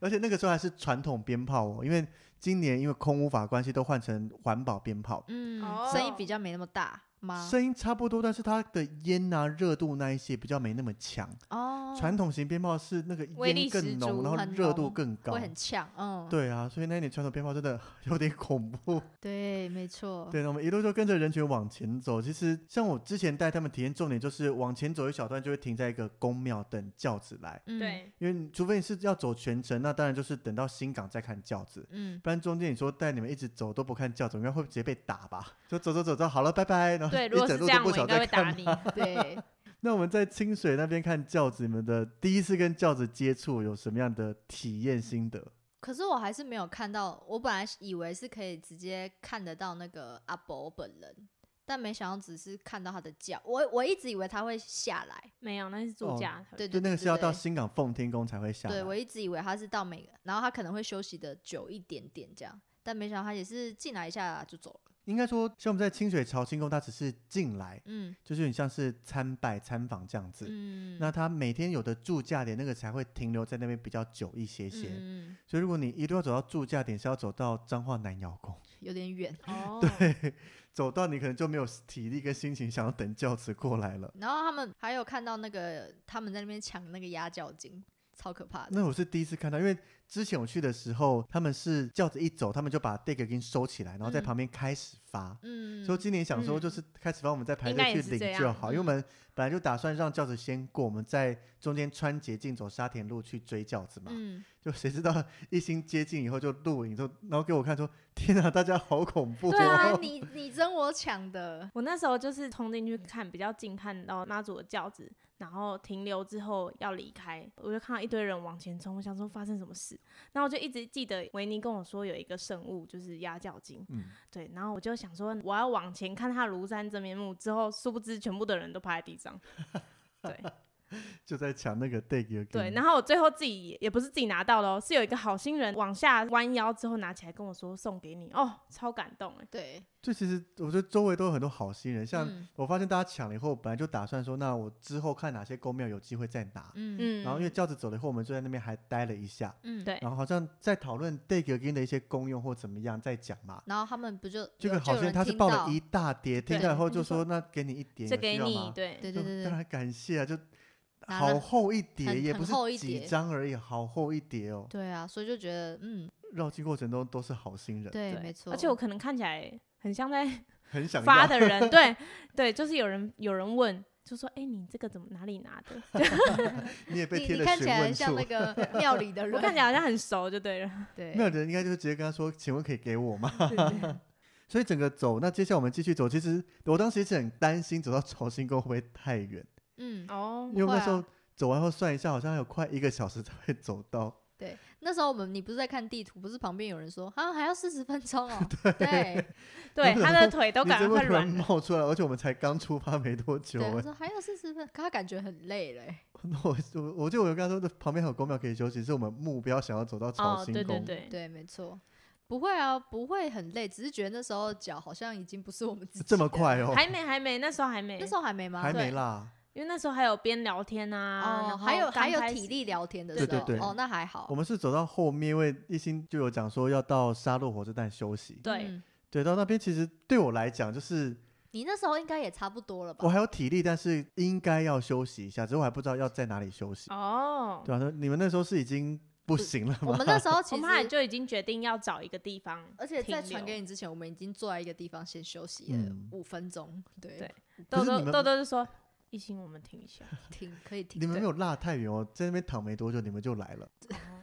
Speaker 2: 而且那个时候还是传统鞭炮哦，因为今年因为空污法关系都换成环保鞭炮，
Speaker 1: 嗯，
Speaker 3: 哦
Speaker 1: 声音比较没那么大吗？
Speaker 2: 声音差不多，但是它的烟啊、热度那一些比较没那么强。
Speaker 1: 哦，
Speaker 2: 传统型鞭炮是那个
Speaker 3: 威
Speaker 2: 烟
Speaker 3: 力
Speaker 2: 更
Speaker 3: 十
Speaker 2: 浓，
Speaker 3: 足
Speaker 2: 然后
Speaker 1: 很
Speaker 2: 热度
Speaker 1: 浓
Speaker 2: 更高
Speaker 1: 会。很呛，嗯，
Speaker 2: 对啊，所以那一年传统鞭炮真的有点恐 怖。
Speaker 1: 对，没错，
Speaker 2: 对，那我们一路就跟着人群往前走。其实像我之前带他们体验，重点就是往前走一小段就会停在一个宫庙等轿子来，
Speaker 1: 嗯，
Speaker 3: 对，
Speaker 2: 因为你除非你是要走全程，那当然就是等到新港再看轿子。
Speaker 1: 嗯，
Speaker 2: 不然中间你说带你们一直走都不看轿子，应该会直接被打吧？就走走走走，好了，拜拜。然后
Speaker 3: 对，如
Speaker 2: 啊一
Speaker 3: 果
Speaker 2: 整
Speaker 3: 是
Speaker 2: 路都
Speaker 3: 这样，
Speaker 2: 不
Speaker 3: 我应
Speaker 2: 想
Speaker 3: 该
Speaker 2: 再
Speaker 3: 会
Speaker 2: 看
Speaker 3: 打
Speaker 2: 吧。
Speaker 3: 你。
Speaker 1: 对，
Speaker 2: 那我们在清水那边看轿子，你们的第一次跟轿子接触有什么样的体验心得？
Speaker 1: 可是我还是没有看到，我本来是以为是可以直接看得到那个阿伯本人，但没想到只是看到他的脚。我我一直以为他会下来，
Speaker 3: 没有，那是
Speaker 2: 哦
Speaker 3: 住家。
Speaker 1: 对
Speaker 2: 就
Speaker 1: 对对
Speaker 2: 那个
Speaker 1: 对
Speaker 2: 是要到
Speaker 1: 对
Speaker 2: 新港奉天宫才会下来。
Speaker 1: 对我一直以为他是到每个，然后他可能会休息的久一点点这样，但没想到他也是进来一下就走了。
Speaker 2: 应该说，像我们在清水朝清宫，它只是进来，
Speaker 1: 嗯
Speaker 2: 就是很像是参拜参访这样子。
Speaker 1: 嗯，
Speaker 2: 那它每天有的驻驾点，那个才会停留在那边比较久一些些。
Speaker 1: 嗯嗯
Speaker 2: 所以如果你一路要走到驻驾点，是要走到彰化南窑宫，
Speaker 1: 有点远。
Speaker 3: 哦，
Speaker 2: 走到你可能就没有体力跟心情想要等轿子过来了。
Speaker 1: 然后他们还有看到那个他们在那边抢那个压脚筋，超可怕的。
Speaker 2: 那我是第一次看到，因为之前我去的时候，他们是轿子一走，他们就把 deck 给收起来，然后在
Speaker 1: 嗯
Speaker 2: 旁边开始发。
Speaker 1: 嗯，
Speaker 2: 所以今年想说，
Speaker 3: 嗯
Speaker 2: 就是开始帮我们再排
Speaker 3: 应该
Speaker 2: 队
Speaker 3: 也
Speaker 2: 去
Speaker 3: 是这
Speaker 2: 领
Speaker 3: 样
Speaker 2: 就好，因为我
Speaker 1: 嗯
Speaker 2: 们本来就打算让轿子先过，我们在中间穿捷径走沙田路去追轿子嘛。
Speaker 1: 嗯，
Speaker 2: 就谁知道一心接近以后就录影，就然后给我看说，天啊，大家好恐怖、哦！
Speaker 1: 对啊， 你你争我抢的，
Speaker 3: 我那时候就是冲进去看，比较近看到妈祖的轿子，然后停留之后要离开，我就看到一堆人往前冲，我想说发生什么事，然后我就一直记得维尼跟我说有一个圣物就是压轿金，
Speaker 2: 嗯，
Speaker 3: 对，然后我就想说我要往前看他庐山真面目，之后殊不知全部的人都趴在地上，对
Speaker 2: 就在抢那个 deck
Speaker 3: 对，然后我最后自己也也不是自己拿到的哦，是有一个好心人往下弯腰之后拿起来跟我说送给你，哦，超感动哎，
Speaker 1: 对，
Speaker 2: 就其实我觉得周围都有很多好心人，像
Speaker 1: 嗯
Speaker 2: 我发现大家抢了以后，本来就打算说，那我之后看哪些公庙有机会再拿。
Speaker 1: 嗯
Speaker 3: 嗯，
Speaker 2: 然后因为轿子走了以后，我们就在那边还待了一下，
Speaker 1: 嗯
Speaker 3: 对
Speaker 2: 然后好像在讨论 deck 的一些功用或怎么样在讲嘛。
Speaker 1: 然后他们不就
Speaker 2: 这
Speaker 1: 有
Speaker 2: 个
Speaker 1: 就
Speaker 2: 好
Speaker 1: 有
Speaker 2: 像
Speaker 1: 人
Speaker 2: 他是
Speaker 1: 听
Speaker 2: 报
Speaker 1: 到
Speaker 2: 了一大叠，听
Speaker 3: 对
Speaker 2: 到以后
Speaker 1: 他
Speaker 2: 就
Speaker 1: 就
Speaker 2: 说
Speaker 1: 说
Speaker 2: 那给你一点，
Speaker 3: 这
Speaker 2: 有
Speaker 3: 给
Speaker 2: 需要
Speaker 3: 你
Speaker 2: 吗，
Speaker 3: 对
Speaker 1: 对
Speaker 2: 就
Speaker 1: 对对
Speaker 2: 当
Speaker 1: 对，
Speaker 2: 然感谢啊，就
Speaker 1: 拿
Speaker 2: 好
Speaker 1: 了
Speaker 2: 厚一叠，
Speaker 1: 很
Speaker 2: 也
Speaker 1: 很
Speaker 2: 不是
Speaker 1: 厚一
Speaker 2: 几
Speaker 1: 叠
Speaker 2: 张而已，好厚一叠哦。
Speaker 1: 对啊，所以就觉得嗯，
Speaker 2: 绕境过程中都是好心人，
Speaker 1: 对，
Speaker 3: 对
Speaker 1: 没错，
Speaker 3: 而且我可能看起来很像在
Speaker 2: 很 想
Speaker 3: 发
Speaker 2: 要。
Speaker 3: 的人，对对，就是有人有人问，就说：“哎、你这个怎么哪里拿的
Speaker 2: 你也被
Speaker 1: 你
Speaker 2: 贴
Speaker 1: 你
Speaker 2: 了
Speaker 1: 看起
Speaker 2: 询
Speaker 1: 来
Speaker 2: 问
Speaker 1: 像
Speaker 2: 处
Speaker 1: 那，个 庙里的？”
Speaker 3: 我
Speaker 1: 人，
Speaker 3: 看起来好像很熟，就对了。
Speaker 1: 对，
Speaker 2: 没有人应该就是直接跟他说：“请问可以给我吗
Speaker 3: 对对对？”
Speaker 2: 所以整个走，那接下来我们继续走。其实我当时是很担心走到朝兴宫会不会太远，
Speaker 1: 嗯，
Speaker 3: 哦
Speaker 2: 因为我们那
Speaker 1: 会
Speaker 2: 时
Speaker 1: 啊
Speaker 2: 候走完后算一下，好像还有快一个小时才会走到。
Speaker 1: 对，那时候我们你不是在看地图，不是旁边有人说啊还要四十分钟 哦，对
Speaker 3: 对，他的腿都
Speaker 2: 你
Speaker 3: 感
Speaker 2: 这
Speaker 3: 觉
Speaker 2: 么
Speaker 3: 快
Speaker 2: 突然
Speaker 3: 软了。
Speaker 2: 冒出来，而且我们才刚出发没多久、
Speaker 1: 对，
Speaker 2: 哎。
Speaker 1: 他说还有四十分，可他感觉很累嘞，
Speaker 2: 那我我我记得我有跟他说，旁边还有公庙可以休息，是我们目标想要走到朝
Speaker 3: 哦，
Speaker 2: 兴宫。
Speaker 3: 对对对，
Speaker 1: 对，没错，不会啊，不会很累，只是觉得那时候脚好像已经不是我们自己
Speaker 2: 这么
Speaker 1: 的
Speaker 2: 快哦，
Speaker 3: 还没还没，那时候还没，
Speaker 1: 那时候还没吗？
Speaker 2: 还没
Speaker 3: 对
Speaker 2: 啦。
Speaker 3: 因为那时候还有边聊天啊，
Speaker 1: 哦，
Speaker 3: 然后
Speaker 1: 还有
Speaker 3: 刚
Speaker 1: 还有
Speaker 3: 开
Speaker 1: 体
Speaker 3: 始
Speaker 1: 力聊天的时
Speaker 2: 对
Speaker 1: 候，
Speaker 2: 对对
Speaker 1: 哦，那还好。
Speaker 2: 我们是走到后面，因为一心就有讲说要到沙洛火车站休息。
Speaker 3: 对
Speaker 1: 嗯
Speaker 2: 对，到那边其实对我来讲，就是
Speaker 1: 你那时候应该也差不多了吧
Speaker 2: 我？还有体力，但是应该要休息一下，只是我还不知道要在哪里休息。
Speaker 3: 哦，
Speaker 2: 对啊，那你们那时候是已经不行了吗？
Speaker 1: 我们那时候其
Speaker 3: 我
Speaker 1: 实
Speaker 3: 们俩就已经决定要找一个地方，
Speaker 1: 而且在
Speaker 3: 停
Speaker 1: 传
Speaker 3: 留
Speaker 1: 给你之前，我们已经坐在一个地方先休息了
Speaker 2: 嗯
Speaker 1: 五分钟，对，
Speaker 3: 对
Speaker 2: 可
Speaker 3: 豆
Speaker 2: 是你
Speaker 3: 豆
Speaker 2: 们
Speaker 3: 豆豆就说：“一心，我们 停一下。
Speaker 1: 停可以停。
Speaker 2: 你们
Speaker 1: 对
Speaker 2: 没有落太远哦，在那边躺没多久，你们就来了。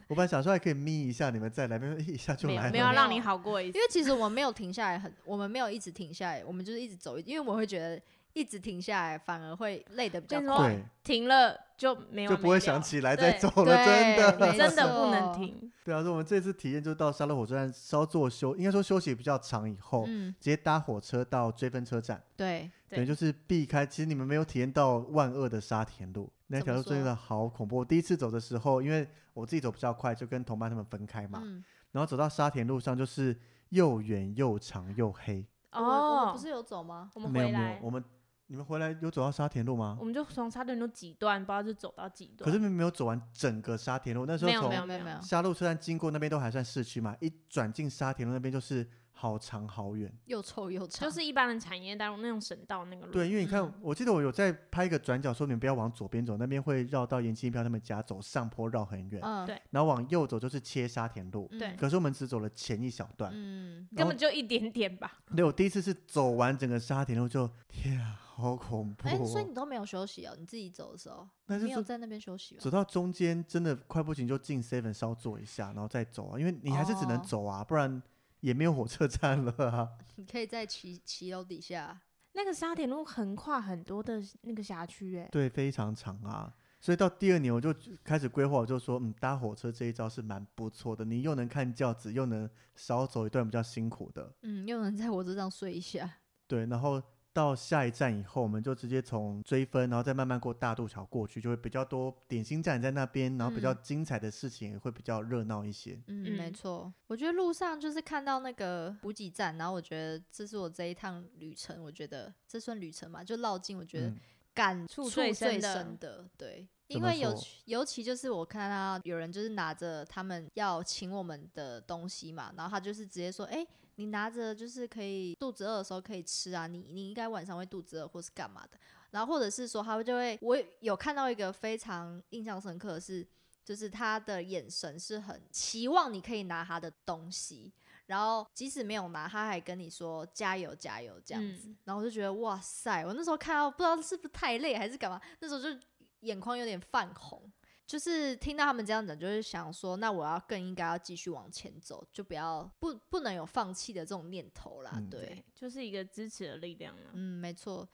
Speaker 2: 我本来想说还可以眯一下，你们再来，没有一下就
Speaker 3: 没
Speaker 2: 来
Speaker 3: 有
Speaker 2: 了。
Speaker 3: 没有要
Speaker 1: 没
Speaker 3: 让
Speaker 1: 有
Speaker 3: 你好过一
Speaker 1: 因
Speaker 3: 次。
Speaker 1: 为其实我们没有停下来很，我们没有一直停下来，我们就是一直走，因为我会觉得一直停下来反而会累得比较
Speaker 3: 跟你说
Speaker 1: 快。
Speaker 2: 对，
Speaker 3: 停了就啊没有
Speaker 2: 就不会想起来再走了，真
Speaker 1: 对
Speaker 2: 的
Speaker 1: 没。
Speaker 3: 真的不
Speaker 1: 错
Speaker 3: 能停。
Speaker 2: 对啊，所以我们这次体验就到沙鹿火车站稍作休，应该说休息比较长以后，
Speaker 1: 嗯，
Speaker 2: 直接搭火车到追分车站，
Speaker 1: 对，
Speaker 3: 对
Speaker 2: 等于就是避开。其实你们没有体验到万恶的沙田路那条路，
Speaker 1: 怎么说
Speaker 2: 真的好恐怖。我第一次走的时候，因为我自己走比较快，就跟同伴他们分开嘛，
Speaker 1: 嗯，
Speaker 2: 然后走到沙田路上就是又远又长又黑。
Speaker 1: 我我们
Speaker 3: 哦
Speaker 1: 不，是有走吗？
Speaker 3: 我们
Speaker 2: 没有
Speaker 3: 回
Speaker 2: 没有
Speaker 3: 来，，
Speaker 2: 我们你们回来有走到沙田路吗
Speaker 3: 我？们就从差点路几段，不知道就走到几段。
Speaker 2: 可是你们没有走完整个沙田路，那时候
Speaker 3: 没有
Speaker 2: 从
Speaker 3: 没有
Speaker 1: 没有没有，
Speaker 2: 沙鹿车站经过那边都还算市区嘛，一转进沙田路那边就是好长好远。
Speaker 3: 嗯
Speaker 1: 又臭又长，
Speaker 3: 就是一般的产业道路那种省道那个路。
Speaker 2: 对，因为你看，
Speaker 1: 嗯
Speaker 2: 我记得我有在拍一个转角，说你们不要往左边走，那边会绕到严清飘他们家，走上坡绕很远，
Speaker 1: 嗯，
Speaker 3: 对
Speaker 2: 然后往右走就是切沙田路。
Speaker 1: 嗯
Speaker 3: 对
Speaker 2: 可是我们只走了前一小段，
Speaker 1: 嗯，
Speaker 2: 然
Speaker 3: 根
Speaker 2: 后
Speaker 3: 本就一点点 吧。
Speaker 2: 对我第一次是走完整个沙田路就，天啊，好恐怖、
Speaker 1: 哎，所以
Speaker 2: 哦！
Speaker 1: 你都没有休息哦，你自己走的时候，
Speaker 2: 那就
Speaker 1: 没有
Speaker 2: 是
Speaker 1: 在那边休息
Speaker 2: 走
Speaker 1: 哦。
Speaker 2: 到中间真的快不行就进 seven 稍坐一下，然后再走啊，因为你还是只能
Speaker 1: 哦
Speaker 2: 走啊，不然也没有火车站了啊。
Speaker 1: 你可以在骑骑楼底下，
Speaker 3: 那个沙田路横跨很多的那个辖区，
Speaker 1: 欸
Speaker 3: 哎，
Speaker 2: 对，非常长啊。所以到第二年我就开始规划，我就说，嗯，搭火车这一招是蛮不错的，你又能看轿子，又能少走一段比较辛苦的。
Speaker 1: 嗯，又能在我这上睡一下。
Speaker 2: 对，然后到下一站以后，我们就直接从追分，然后再慢慢过大渡桥过去，就会比较多点心站在那边，然后比较
Speaker 1: 嗯
Speaker 2: 精彩的事情也会比较热闹一些。
Speaker 1: 嗯，没
Speaker 3: 嗯
Speaker 1: 错，我觉得路上就是看到那个补给站，然后我觉得这是我这一趟旅程，我觉得这算旅程嘛，就绕境，我觉得
Speaker 2: 嗯，
Speaker 1: 感触
Speaker 3: 最
Speaker 1: 最
Speaker 3: 深的
Speaker 1: 深的，对，
Speaker 2: 怎
Speaker 1: 因
Speaker 2: 么
Speaker 1: 为尤
Speaker 2: 说
Speaker 1: 其尤其就是我看到有人就是拿着他们要请我们的东西嘛，然后他就是直接说，哎、你拿着就是可以肚子饿的时候可以吃啊，你你应该晚上会肚子饿或是干嘛的，然后或者是说他会就会，我有看到一个非常印象深刻的是，就是他的眼神是很期望你可以拿他的东西，然后即使没有拿，他还跟你说加油加油这样子，
Speaker 3: 嗯
Speaker 1: 然后我就觉得哇塞，我那时候看到不知道是不是太累还是干嘛，那时候就眼眶有点泛红。就是听到他们这样讲，就是想说，那我要更应该要继续往前走，就不要不不能有放弃的这种念头啦。
Speaker 2: 嗯
Speaker 1: 对，，
Speaker 3: 就是一个支持的力量啊。
Speaker 1: 嗯，没错，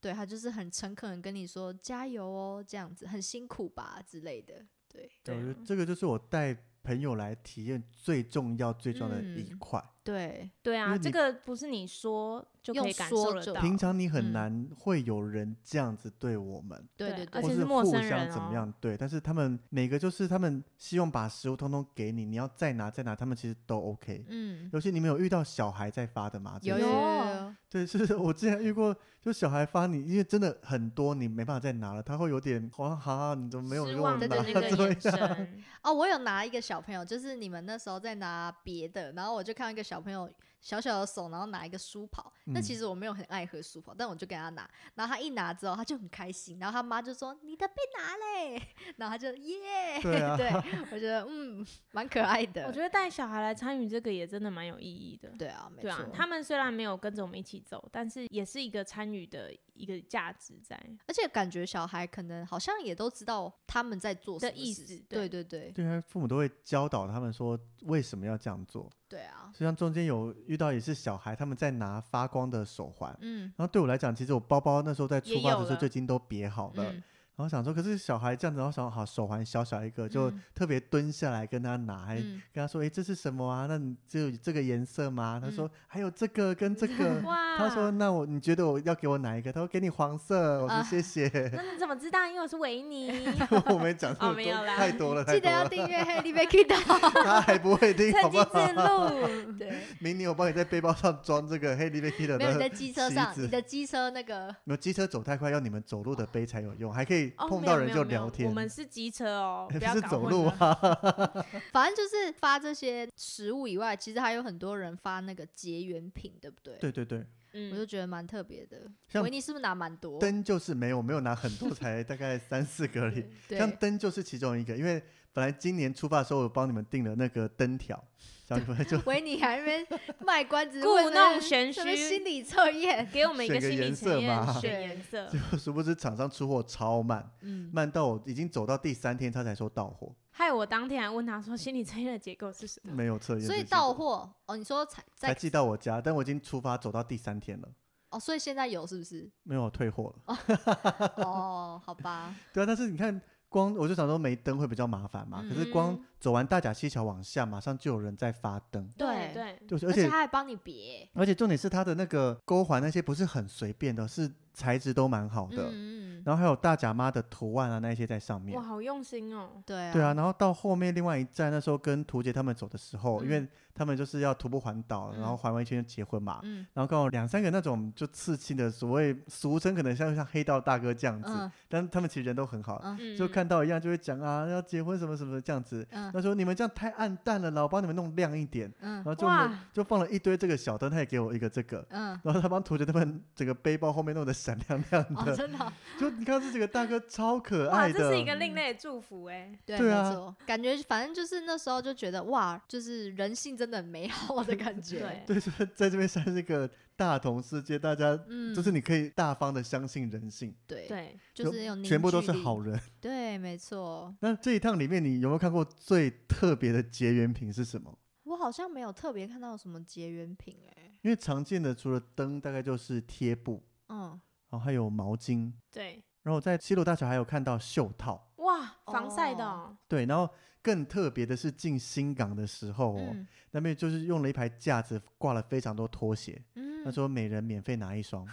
Speaker 1: 对他就是很诚恳的跟你说加油哦，这样子很辛苦吧之类的。对
Speaker 2: 对，我觉
Speaker 3: 对
Speaker 2: 得
Speaker 3: 啊
Speaker 2: 这个就是我带朋友来体验最重要、最重要的一
Speaker 1: 嗯
Speaker 2: 块。
Speaker 1: 对，
Speaker 3: 对
Speaker 2: 因
Speaker 3: 啊，
Speaker 2: 为
Speaker 3: 这
Speaker 2: 你
Speaker 3: 个不是你说就可
Speaker 1: 用
Speaker 3: 以感
Speaker 1: 说
Speaker 3: 受得
Speaker 1: 就
Speaker 3: 到，
Speaker 2: 平常你很
Speaker 1: 嗯
Speaker 2: 难会有人这样子对我们。
Speaker 1: 对对
Speaker 3: 对而
Speaker 1: 对，
Speaker 2: 或
Speaker 3: 且
Speaker 2: 是
Speaker 3: 是陌
Speaker 2: 互
Speaker 3: 生
Speaker 2: 相
Speaker 3: 人
Speaker 2: 怎么
Speaker 3: 哦
Speaker 2: 样、对，但是他们每个就是他们希望把食物通通给你，你要再拿再拿，他们其实都 OK。
Speaker 1: 嗯，
Speaker 2: 尤其你们有遇到小孩在发的吗？这
Speaker 1: 有
Speaker 2: 个
Speaker 1: 有
Speaker 3: 有
Speaker 1: 有
Speaker 2: 对，是 我之前遇过，就小孩发你，因为真的很多，你没办法再拿了，他会有点哇哈，你怎么没有
Speaker 3: 失
Speaker 2: 给我
Speaker 3: 望
Speaker 2: 拿？
Speaker 3: 的
Speaker 1: 对
Speaker 3: 那 个
Speaker 2: 对啊
Speaker 3: 眼神，
Speaker 1: 哦，我有拿一个小朋友，就是你们那时候在拿别的，然后我就看到一个小朋友小小的手，然后拿一个舒跑。那其
Speaker 2: 嗯
Speaker 1: 实我没有很爱喝舒跑，但我就给他拿，然后他一拿之后他就很开心，然后他妈就说你的被拿嘞，然后他就耶，
Speaker 2: 对 啊
Speaker 1: 我觉得嗯蛮可爱的。
Speaker 3: 我觉得带小孩来参与这个也真的蛮有意义的。
Speaker 1: 对啊，没
Speaker 3: 对
Speaker 1: 错，
Speaker 3: 啊，他们虽然没有跟着我们一起走，但是也是一个参与的一个价值在。
Speaker 1: 而且感觉小孩可能好像也都知道他们在做什
Speaker 3: 的
Speaker 1: 么
Speaker 3: 意
Speaker 1: 事
Speaker 3: 思
Speaker 1: 对
Speaker 3: 对
Speaker 1: 对对
Speaker 2: 对啊，父母都会教导他们说为什么要这样做。
Speaker 1: 对啊，
Speaker 2: 实际上中间有遇到也是小孩，他们在拿发光的手环，
Speaker 1: 嗯
Speaker 2: 然后对我来讲，其实我包包那时候在出
Speaker 3: 也
Speaker 2: 发的
Speaker 3: 有
Speaker 2: 时候
Speaker 3: 了
Speaker 2: 就已经都别好了，
Speaker 1: 嗯，
Speaker 2: 然后想说，可是小孩这样子，然后想好手环小小一个，就
Speaker 1: 嗯
Speaker 2: 特别蹲下来跟他拿，还
Speaker 1: 嗯，
Speaker 2: 跟他说：“哎、这是什么啊？那你只有这个颜色吗？”他
Speaker 3: 嗯
Speaker 2: 说：“还有这个跟这 个。
Speaker 3: 哇，
Speaker 2: 他说：“那我你觉得我要给我哪一个？”他说：“给你黄色。”我说：“
Speaker 1: 啊
Speaker 2: 谢谢。
Speaker 3: 那你怎么知道？因为我是维尼。
Speaker 2: 我没讲那
Speaker 3: 哦
Speaker 2: 么
Speaker 3: 没
Speaker 2: 多，
Speaker 3: 有啦
Speaker 2: 太多了，太
Speaker 1: 记
Speaker 2: 多
Speaker 1: 得要
Speaker 2: 了。
Speaker 1: 订 阅 Haley Becky 的。
Speaker 2: 他还不会听，好
Speaker 3: 趁
Speaker 2: 不
Speaker 3: 机
Speaker 2: 好
Speaker 3: 自？ 录，
Speaker 1: 对，
Speaker 2: 明年我帮你在背包上装这个 Haley Becky 的
Speaker 1: 没有你
Speaker 2: 那。
Speaker 1: 在机车
Speaker 2: 旗
Speaker 1: 上，
Speaker 2: 子
Speaker 1: 你的机车那个
Speaker 2: 没有机车走太快，要你们走路的背才有用，还可以
Speaker 3: 哦
Speaker 2: 碰
Speaker 3: 没
Speaker 2: 到
Speaker 3: 有
Speaker 2: 人
Speaker 3: 没有
Speaker 2: 就
Speaker 3: 没有
Speaker 2: 聊天。
Speaker 3: 我们是机车哦，
Speaker 2: 哎
Speaker 3: 不
Speaker 2: 不
Speaker 3: 要
Speaker 2: 是
Speaker 3: 搞
Speaker 2: 走
Speaker 3: 混
Speaker 2: 路
Speaker 3: 了。
Speaker 2: 啊，
Speaker 1: 反正就是发这些食物以外，其实还有很多人发那个结缘品，对不对？
Speaker 2: 对对对，
Speaker 1: 我
Speaker 3: 嗯
Speaker 1: 就，觉得蛮特别的。
Speaker 2: 像
Speaker 1: 维尼是不是拿蛮多？
Speaker 2: 灯就是没有没有拿很多，才大概三四个而已。
Speaker 1: 对，
Speaker 2: 像灯就是其中一个，因为本来今年出发的时候，我帮你们订了那个灯条，然后你们就
Speaker 1: 维尼还在那边卖关子，
Speaker 3: 故
Speaker 1: 问那
Speaker 3: 弄玄
Speaker 1: 什么
Speaker 3: 虚
Speaker 1: 心理 测验，
Speaker 3: 给我们一
Speaker 2: 选
Speaker 3: 个
Speaker 2: 个
Speaker 3: 心理
Speaker 2: 颜
Speaker 3: 测
Speaker 2: 色
Speaker 3: 验，
Speaker 2: 嘛
Speaker 3: 选颜色。
Speaker 2: 就殊不知厂商出货超慢，
Speaker 1: 嗯，
Speaker 2: 慢到我已经走到第三天，他才说到货，
Speaker 3: 害我当天还问他说心理测验的结构是什么？
Speaker 2: 没有测验这些
Speaker 1: 所
Speaker 2: 的。
Speaker 1: 以到货哦，你说才
Speaker 2: 才
Speaker 1: 在
Speaker 2: 寄到我家，但我已经出发走到第三天了，
Speaker 1: 哦，所以现在有是 不是？
Speaker 2: 没有退货了。
Speaker 1: 哦，好吧，
Speaker 2: 对啊，但是你看。光我就想说没灯会比较麻烦嘛，可是光
Speaker 3: 嗯
Speaker 2: 走完大甲溪桥往下，马上就有人在发灯，
Speaker 1: 对
Speaker 3: 对，
Speaker 2: 就是
Speaker 1: 而
Speaker 2: 而且
Speaker 1: 他还帮你别，
Speaker 2: 而且重点是它的那个钩环那些不是很随便的，是材质都蛮好的，
Speaker 1: 嗯嗯，
Speaker 2: 然后还有大甲妈的图案啊那一些在上面
Speaker 3: 哇，。好用心哦。
Speaker 1: 对啊，
Speaker 2: 对啊，，然后到后面另外一站，那时候跟图杰他们走的时候，因为他们就是要徒步环岛，然后
Speaker 1: 嗯
Speaker 2: 环完一圈就结婚嘛，
Speaker 1: 嗯
Speaker 2: 然后刚好两三个那种就刺青的，所谓俗称可能像像黑道大哥这样子，
Speaker 1: 嗯
Speaker 2: 但他们其实人都很好，
Speaker 1: 嗯
Speaker 3: 嗯，
Speaker 2: 就看到一样就会讲啊要结婚什么什么的这样子。
Speaker 1: 嗯
Speaker 2: 他说你们这样太暗淡了啦，我帮你们弄亮一点，然
Speaker 1: 嗯
Speaker 2: 后就
Speaker 3: 哇
Speaker 2: 就放了一堆这个小灯，他也给我一个这个，
Speaker 1: 嗯，
Speaker 2: 然后他帮图杰他们整个背包后面弄得闪亮亮
Speaker 1: 哦，
Speaker 2: 的，
Speaker 1: 真的哦，
Speaker 2: 就你看这几个大哥超可
Speaker 3: 哇，
Speaker 2: 爱的，
Speaker 3: 这是一个另类的祝福哎。
Speaker 1: 对，
Speaker 2: 对
Speaker 1: 没
Speaker 2: 啊
Speaker 1: 错，感觉反正就是那时候就觉得哇，就是人性真的很美好的感觉，
Speaker 3: 对，
Speaker 2: 对，就是在这边算是一个大同世界，大家、
Speaker 1: 嗯，
Speaker 2: 就是你可以大方的相信人性，
Speaker 1: 对，
Speaker 3: 对，
Speaker 1: 就是那种
Speaker 2: 全部都是
Speaker 1: 凝聚力
Speaker 2: 好，人。
Speaker 1: 对，没错，
Speaker 2: 那这一趟里面，你有没有看过最特别的结缘品是什么？
Speaker 1: 我好像没有特别看到什么结缘品哎，
Speaker 2: 因为常见的除了灯，大概就是贴布，
Speaker 1: 嗯，
Speaker 2: 然后还有毛巾，
Speaker 3: 对，
Speaker 2: 然后在西罗大桥还有看到袖套。
Speaker 3: 哇，防晒的
Speaker 1: 哦
Speaker 3: 哦，
Speaker 2: 对，然后更特别的是进新港的时候哦，
Speaker 1: 嗯
Speaker 2: 那边就是用了一排架子挂了非常多拖鞋，他
Speaker 1: 嗯，
Speaker 2: 说每人免费拿一双，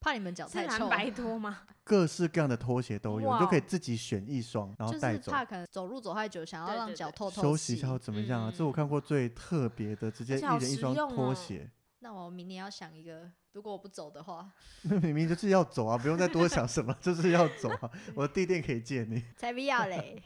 Speaker 1: 怕你们脚
Speaker 3: 是
Speaker 1: 哦太
Speaker 3: 蓝
Speaker 1: 臭，
Speaker 3: 白拖吗？
Speaker 2: 各式各样的拖鞋都有，你就可以
Speaker 3: 哇
Speaker 2: 自己选一双，然后
Speaker 1: 就
Speaker 2: 带
Speaker 1: 是
Speaker 2: 走。
Speaker 1: 怕可能走路走太久，想要
Speaker 3: 对
Speaker 1: 让
Speaker 3: 对
Speaker 1: 脚
Speaker 3: 对
Speaker 1: 透透
Speaker 2: 休息一
Speaker 1: 气
Speaker 2: 下或怎么样啊？
Speaker 3: 嗯
Speaker 2: 这我看过最特别的，直接
Speaker 3: 而
Speaker 2: 一
Speaker 3: 且好
Speaker 2: 人一
Speaker 3: 实
Speaker 2: 双
Speaker 3: 用
Speaker 2: 拖
Speaker 3: 哦
Speaker 2: 鞋，
Speaker 1: 那我明年要想一个，如果我不走的话，
Speaker 2: 那明明就是要走啊，不用再多想什 么，就是要走啊。我的地垫可以借你。
Speaker 1: 才不 要嘞！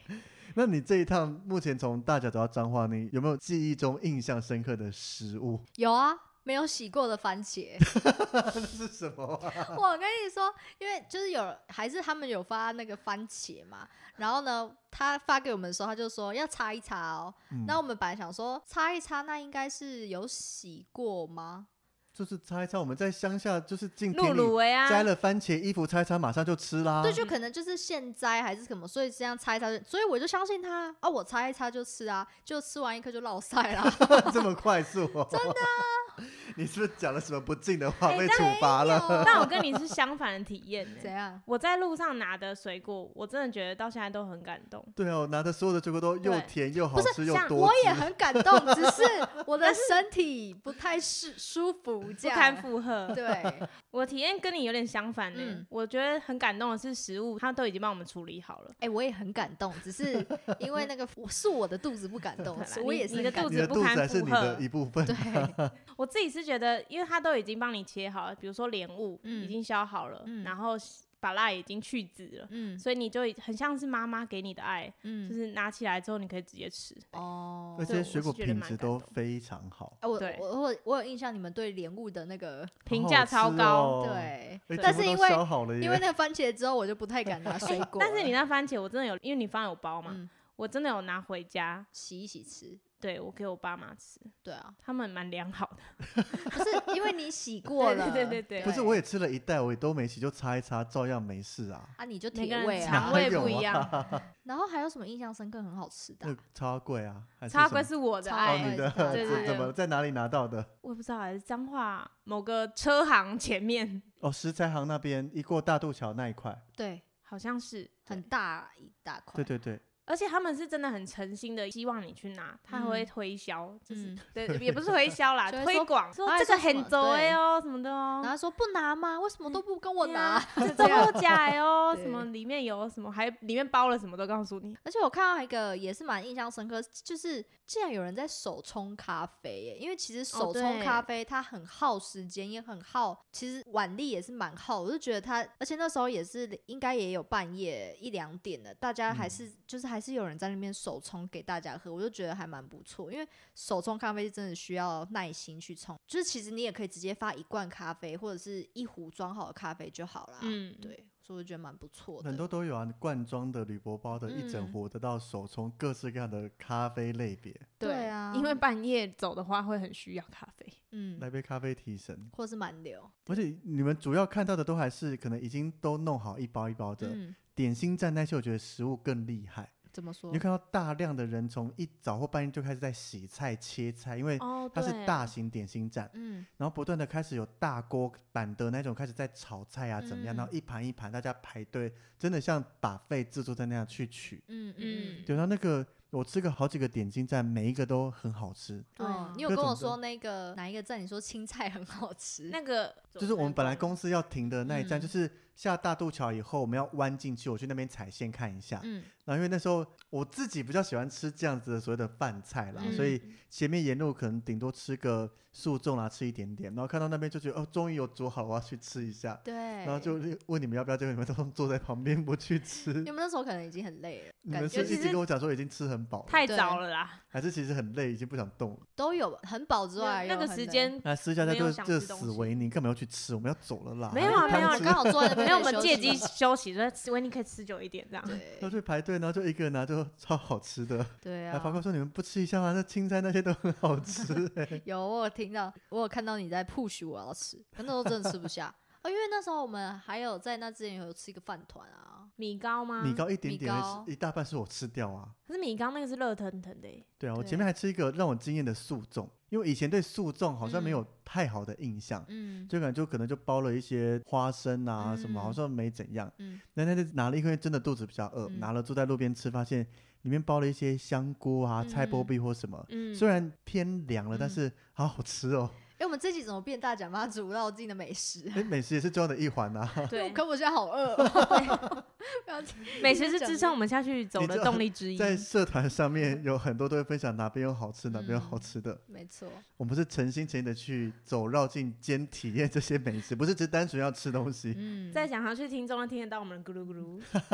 Speaker 2: 那你这一趟目前从大甲走到彰化，你有没有记忆中印象深刻的食物？
Speaker 1: 有啊，没有洗过的番茄。
Speaker 2: 这是什么 啊、
Speaker 1: 我跟你说，因为就是有还是他们有发那个番茄嘛，然后呢，他发给我们的时候，他就说要擦一擦哦。
Speaker 2: 嗯
Speaker 1: 那我们本来想说擦一擦，那应该是有洗过吗？
Speaker 2: 就是擦一擦，我们在乡下就是进
Speaker 3: 露
Speaker 2: 田里
Speaker 3: 露维啊，
Speaker 2: 嗯摘了番茄，衣服擦一擦，马上就吃啦。
Speaker 1: 对，就可能就是现摘还是什么，所以这样擦一擦就，所以我就相信他啊，我擦一擦就吃啊，就吃完一颗就落晒 啦。
Speaker 2: 这么快速、 哦，真的、你是不是讲了什么不敬的话
Speaker 3: 哎
Speaker 2: 被处罚了？
Speaker 3: 但我跟你是相反的体验
Speaker 1: 怎
Speaker 3: 呢。
Speaker 1: 样？
Speaker 3: 我在路上拿的水果，我真的觉得到现在都很感动。
Speaker 2: 对啊，我拿的所有的水果都又
Speaker 3: 对
Speaker 2: 甜又好
Speaker 3: 不是
Speaker 2: 吃又
Speaker 3: 像
Speaker 2: 多
Speaker 1: 我也
Speaker 2: 汁
Speaker 1: 很感动，只 是我的身体不太适舒服，这
Speaker 3: 不
Speaker 1: 样
Speaker 3: 堪负荷，
Speaker 1: 对，
Speaker 3: 我体验跟你有点相反呢、
Speaker 1: 嗯
Speaker 3: 我觉得很感动的是，食物它都已经帮我们处理好了。
Speaker 1: 哎、我也很感动，只是因为那个我是我的肚子不敢动，
Speaker 3: 对啦
Speaker 1: 所以我
Speaker 3: 你
Speaker 1: 也是
Speaker 3: 你
Speaker 1: 很
Speaker 3: 的
Speaker 1: 感
Speaker 3: 肚
Speaker 2: 你的
Speaker 1: 动
Speaker 3: 子不
Speaker 2: 肚子
Speaker 3: 堪
Speaker 2: 还是
Speaker 3: 负
Speaker 2: 你的
Speaker 3: 荷
Speaker 2: 一部分。
Speaker 1: 对，
Speaker 3: 我自己是觉得，因为它都已经帮你切好了，比如说莲雾、
Speaker 1: 嗯
Speaker 3: 已经削好了，
Speaker 1: 嗯
Speaker 3: 然后把蜡也已经去籽了，
Speaker 1: 嗯
Speaker 3: 所以你就已很像是妈妈给你的爱，就
Speaker 1: 嗯，
Speaker 3: 是拿起来之后你可以直接吃。
Speaker 1: 哦
Speaker 2: 而。且
Speaker 3: 对
Speaker 2: 水
Speaker 3: 我
Speaker 2: 果
Speaker 3: 是觉得
Speaker 2: 品
Speaker 3: 蛮
Speaker 2: 质
Speaker 3: 感
Speaker 2: 都
Speaker 3: 动
Speaker 2: 非常好，
Speaker 1: 哎我
Speaker 3: 对
Speaker 1: 我我我有印象，你们对莲雾的那个
Speaker 3: 评
Speaker 2: 好
Speaker 3: 价
Speaker 2: 好
Speaker 3: 超
Speaker 2: 吃
Speaker 3: 高
Speaker 2: 哦，
Speaker 1: 对，
Speaker 2: 哎全
Speaker 1: 但
Speaker 2: 部
Speaker 1: 是
Speaker 2: 都
Speaker 1: 因为
Speaker 2: 削好了耶，
Speaker 1: 因为那个番茄之后，我就不太敢拿 水果了。啊
Speaker 3: 哎但是你那番茄我真的有，因为你放有包嘛，
Speaker 1: 嗯
Speaker 3: 我真的有拿回家，
Speaker 1: 洗一洗吃，
Speaker 3: 对我给我爸妈吃，
Speaker 1: 对啊，
Speaker 3: 他们蛮良好 的。
Speaker 1: 不是因为你洗过
Speaker 3: 对
Speaker 1: 了，
Speaker 3: 对对对
Speaker 2: 可是我也吃了一袋，我也都没洗，就擦一擦，照样没事啊。
Speaker 1: 啊，你就
Speaker 3: 每
Speaker 1: 铁
Speaker 3: 个
Speaker 1: 胃
Speaker 3: 人
Speaker 1: 啊
Speaker 3: 肠
Speaker 2: 哪。
Speaker 3: 胃
Speaker 2: 有
Speaker 3: 不一
Speaker 2: 啊
Speaker 3: 样，
Speaker 1: 然后还有什么印象深刻很好吃的
Speaker 2: 那
Speaker 1: 啊？
Speaker 2: 个超贵啊，还是
Speaker 3: 插
Speaker 2: 什么
Speaker 3: 龟是我的
Speaker 1: 超
Speaker 2: 哦
Speaker 1: 爱
Speaker 3: 爱，
Speaker 2: 你的
Speaker 1: 对
Speaker 3: 对
Speaker 2: 这
Speaker 3: 对
Speaker 2: 怎么在哪里拿到的？
Speaker 3: 我也不知道还是彰化某个车行前面，
Speaker 2: 哦，食材行那边一过大渡桥那一块，
Speaker 1: 对，
Speaker 3: 好像是
Speaker 1: 很大一大块，
Speaker 2: 对对对，
Speaker 3: 而且他们是真的很诚心的希望你去拿，他还会
Speaker 1: 嗯
Speaker 3: 推销，就是、
Speaker 1: 嗯
Speaker 3: 对，也不是推销啦，
Speaker 1: 就会
Speaker 3: 推
Speaker 1: 说
Speaker 3: 广，说
Speaker 1: 然后
Speaker 3: 这
Speaker 1: 还
Speaker 3: 个
Speaker 1: 说什么
Speaker 3: 很走哎
Speaker 1: 对
Speaker 3: 哦什么的
Speaker 1: 然
Speaker 3: 哦，
Speaker 1: 后说不拿吗？为什么都不跟我拿？
Speaker 3: 就
Speaker 1: 这样
Speaker 3: 这么假哎哦，什
Speaker 1: 对啊
Speaker 3: 么里面有什么，还里面包了什么都告诉你，
Speaker 1: 而且我看到一个也是蛮印象深刻，就是竟然有人在手冲咖啡耶，因为其实
Speaker 2: 哦
Speaker 1: 手冲
Speaker 3: 对
Speaker 1: 咖啡它很耗时间，也很耗，其实腕力也是蛮耗。我就觉得它，而且那时候也是应该也有半夜一两点了，大家还
Speaker 2: 嗯
Speaker 1: 是、就是还是有人在那边手冲给大家喝，我就觉得还蛮不错，因为手冲咖啡真的需要耐心去冲，就是其实你也可以直接发一罐咖啡或者是一壶装好的咖啡就好啦。
Speaker 3: 嗯，
Speaker 1: 对，所以我觉得蛮不错的。
Speaker 2: 很多都有啊，罐装的、铝箔包的，一整
Speaker 1: 嗯
Speaker 2: 壶的到手冲，各式各样的咖啡类别，
Speaker 1: 对啊
Speaker 3: 因为半夜走的话会很需要咖啡，
Speaker 1: 嗯，
Speaker 2: 来杯咖啡提神。
Speaker 1: 或是蛮流，
Speaker 2: 而且你们主要看到的都还是可能已经都弄好一包一包的，
Speaker 1: 嗯，
Speaker 2: 点心站那些，我觉得食物更厉害。
Speaker 1: 怎么说
Speaker 2: 你会？看到大量的人从一早或半夜就开始在洗菜、切菜，因为
Speaker 3: 哦，
Speaker 2: 它是
Speaker 3: 对
Speaker 2: 大型点心站，
Speaker 1: 嗯，
Speaker 2: 然后不断的开始有大锅板的那种开始在炒菜啊，怎么样？然后
Speaker 1: 嗯
Speaker 2: 一盘一盘大家排队，真的像把费自助餐那样去取。
Speaker 1: 嗯
Speaker 3: 嗯
Speaker 1: 嗯，
Speaker 2: 对，然后那个我吃过好几个点心站，每一个都很好吃。
Speaker 3: 对
Speaker 1: 哦
Speaker 3: 啊，
Speaker 1: 你有
Speaker 2: 各
Speaker 1: 跟我
Speaker 2: 种的
Speaker 1: 说那个哪一个站？你说青菜很好吃，
Speaker 3: 那个
Speaker 2: 就是我们本来
Speaker 3: 公
Speaker 2: 公司要停的那一站，
Speaker 1: 嗯
Speaker 2: 就是下大渡桥以后，我们要弯进去，我去那边踩线看一下。
Speaker 1: 嗯
Speaker 2: 然后因为那时候我自己比较喜欢吃这样子的所谓的饭菜啦，
Speaker 1: 嗯
Speaker 2: 所以前面沿路可能顶多吃个素粽啊啦，吃一点点，然后看到那边就觉得哦，终于有煮好，我要去吃一下。
Speaker 1: 对，
Speaker 2: 然后就问你们要不要，结果你们都坐在旁边不去吃
Speaker 1: 你，们那时候可能已经很累了，
Speaker 2: 你
Speaker 1: 感
Speaker 2: 们
Speaker 1: 觉
Speaker 2: 是
Speaker 3: 其
Speaker 2: 一
Speaker 3: 实
Speaker 2: 直跟我讲说已经吃很饱了，
Speaker 3: 太
Speaker 1: 对
Speaker 3: 早了啦，
Speaker 2: 还是其实很累，已经不想动了。
Speaker 1: 都有很饱之外，
Speaker 3: 那
Speaker 1: 又
Speaker 3: 个
Speaker 1: 啊很
Speaker 3: 时
Speaker 1: 累。
Speaker 3: 间
Speaker 2: 那私下在
Speaker 3: 没有
Speaker 2: 这
Speaker 3: 想
Speaker 2: 这
Speaker 3: 吃东
Speaker 2: 死
Speaker 3: 西
Speaker 2: 维尼干嘛要去吃？我们要走了啦，
Speaker 3: 没有啊
Speaker 2: 还
Speaker 3: 没有
Speaker 2: 汤
Speaker 3: 啊
Speaker 1: 我
Speaker 2: 汁
Speaker 1: 刚好坐在那
Speaker 3: 没
Speaker 1: 边，
Speaker 3: 有，我们借
Speaker 1: 借
Speaker 3: 机休息，说维尼可以吃久一点这样。
Speaker 2: 要
Speaker 1: 对
Speaker 2: 去排队，然后就一个人拿就超好吃的。
Speaker 1: 对
Speaker 2: 然后法
Speaker 1: 啊，
Speaker 2: 官说：“你们不吃一下吗？那青菜那些都很好吃、欸。
Speaker 1: 有我有听到，我有看到你在 push 我要吃，可那时候真的吃不下哦，因为那时候我们还有在那之前有吃一个饭团 啊，
Speaker 3: 米糕吗？
Speaker 2: 米糕一点
Speaker 1: 米
Speaker 2: 点
Speaker 1: 糕，
Speaker 2: 一大半是我吃掉啊。
Speaker 3: 可是米糕那个是热腾腾的欸，
Speaker 2: 对啊，我前
Speaker 1: 对
Speaker 2: 面还吃一个让我惊艳的素粽，因为以前对素粽好像没
Speaker 1: 嗯
Speaker 2: 有太好的印象，
Speaker 1: 嗯
Speaker 2: 就感觉就可能就包了一些花生啊什么，好
Speaker 1: 嗯
Speaker 2: 像没怎样。
Speaker 1: 嗯
Speaker 2: 那那就拿了一颗，因为真的肚子比较饿，
Speaker 1: 嗯
Speaker 2: 拿了坐在路边吃，发现里面包了一些香菇啊、菜波
Speaker 1: 嗯
Speaker 2: 币或什么，
Speaker 3: 嗯，
Speaker 2: 虽然偏凉了，但
Speaker 1: 嗯
Speaker 2: 是好好吃 哦。
Speaker 1: 哎，我们这集怎么变大讲妈煮绕境的美食？
Speaker 2: 哎，美食也是重要的一环啊。
Speaker 3: 对，
Speaker 1: 可我现在好饿 哦， 不要
Speaker 3: 美食是支撑我们下去走
Speaker 2: 你知
Speaker 3: 的
Speaker 2: 道
Speaker 3: 动力之一。
Speaker 2: 在社团上面有很多都会分享哪边有好吃，哪边有好
Speaker 1: 嗯
Speaker 2: 吃的。
Speaker 1: 没错，
Speaker 2: 我们是诚心诚意的去走绕境兼体验这些美食，不是只是单纯要吃东西。
Speaker 1: 嗯，
Speaker 3: 再讲下去，听众都听得到我们的咕噜咕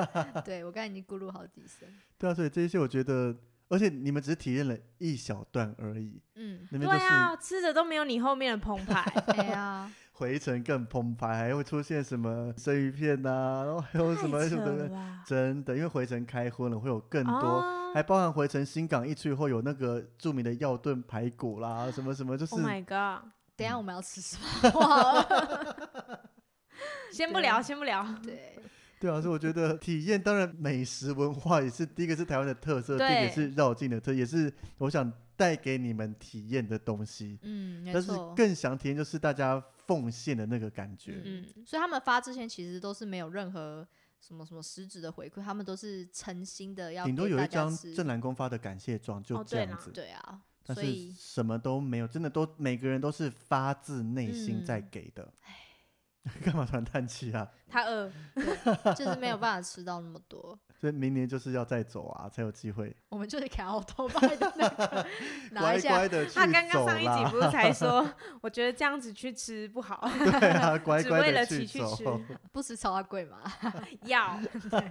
Speaker 3: 噜。
Speaker 1: 对我刚才已经咕噜好几声，
Speaker 2: 对啊，所以这些我觉得，而且你们只是体验了一小段而已，
Speaker 1: 嗯，
Speaker 2: 那边就
Speaker 3: 对啊，
Speaker 2: 是
Speaker 3: 吃的都没有你后面的澎 湃。
Speaker 1: 哎呀，
Speaker 2: 回程更澎湃，还会出现什么生鱼片呐、然后还有什么
Speaker 3: 太
Speaker 2: 什
Speaker 3: 扯
Speaker 2: 么
Speaker 3: 了
Speaker 2: 的，
Speaker 3: 吧？
Speaker 2: 真的，因为回程开荤了，会有更多。
Speaker 3: 哦
Speaker 2: 还包含回程新港一出以后有那个著名的药炖排骨啦，什么什么，就是
Speaker 3: ，Oh my god！
Speaker 1: 等
Speaker 2: 嗯
Speaker 1: 一下我们要吃什么？我好饿。
Speaker 3: 先不
Speaker 2: 啊
Speaker 3: 聊，先不聊。
Speaker 1: 对，
Speaker 2: 对啊，所以我觉得体验当然美食文化也是第一个是台湾的特色，第一个也
Speaker 3: 对
Speaker 2: 是绕境的特，也是我想带给你们体验的东西。
Speaker 1: 嗯，没
Speaker 2: 但是
Speaker 1: 错。
Speaker 2: 更想体验就是大家奉献的那个感觉。
Speaker 3: 嗯，
Speaker 1: 所以他们发之前其实都是没有任何什么什么实质的回馈，他们都是诚心的
Speaker 3: 嗯
Speaker 1: 要
Speaker 2: 顶多
Speaker 1: 给
Speaker 2: 有
Speaker 1: 大
Speaker 2: 一
Speaker 1: 家
Speaker 2: 张
Speaker 1: 吃
Speaker 2: 正南宫发的感谢状，就
Speaker 3: 哦
Speaker 2: 这
Speaker 3: 对
Speaker 2: 样
Speaker 3: 啦
Speaker 2: 子。
Speaker 1: 对啊，
Speaker 2: 但
Speaker 1: 所
Speaker 2: 是
Speaker 1: 以
Speaker 2: 什么都没有，真的都每个人都是发自内心在
Speaker 1: 嗯
Speaker 2: 给的。 干嘛突然叹气啊？
Speaker 3: 他饿，
Speaker 1: 就是没有办法吃到那么多。
Speaker 2: 所以明年就是要再走啊，才有机会
Speaker 1: 我们就是卡奥托拜的 那个拿
Speaker 2: 乖
Speaker 1: 一下，
Speaker 2: 乖的去走
Speaker 3: 他
Speaker 2: 啦。
Speaker 3: 刚刚上一集不 是才说，我觉得这样子去吃不好，
Speaker 2: 对啊，乖
Speaker 3: 只
Speaker 2: 乖
Speaker 3: 为
Speaker 2: 的
Speaker 3: 了骑去
Speaker 2: 走。
Speaker 3: 吃
Speaker 1: 不吃超阿贵嘛。
Speaker 3: 要
Speaker 2: 明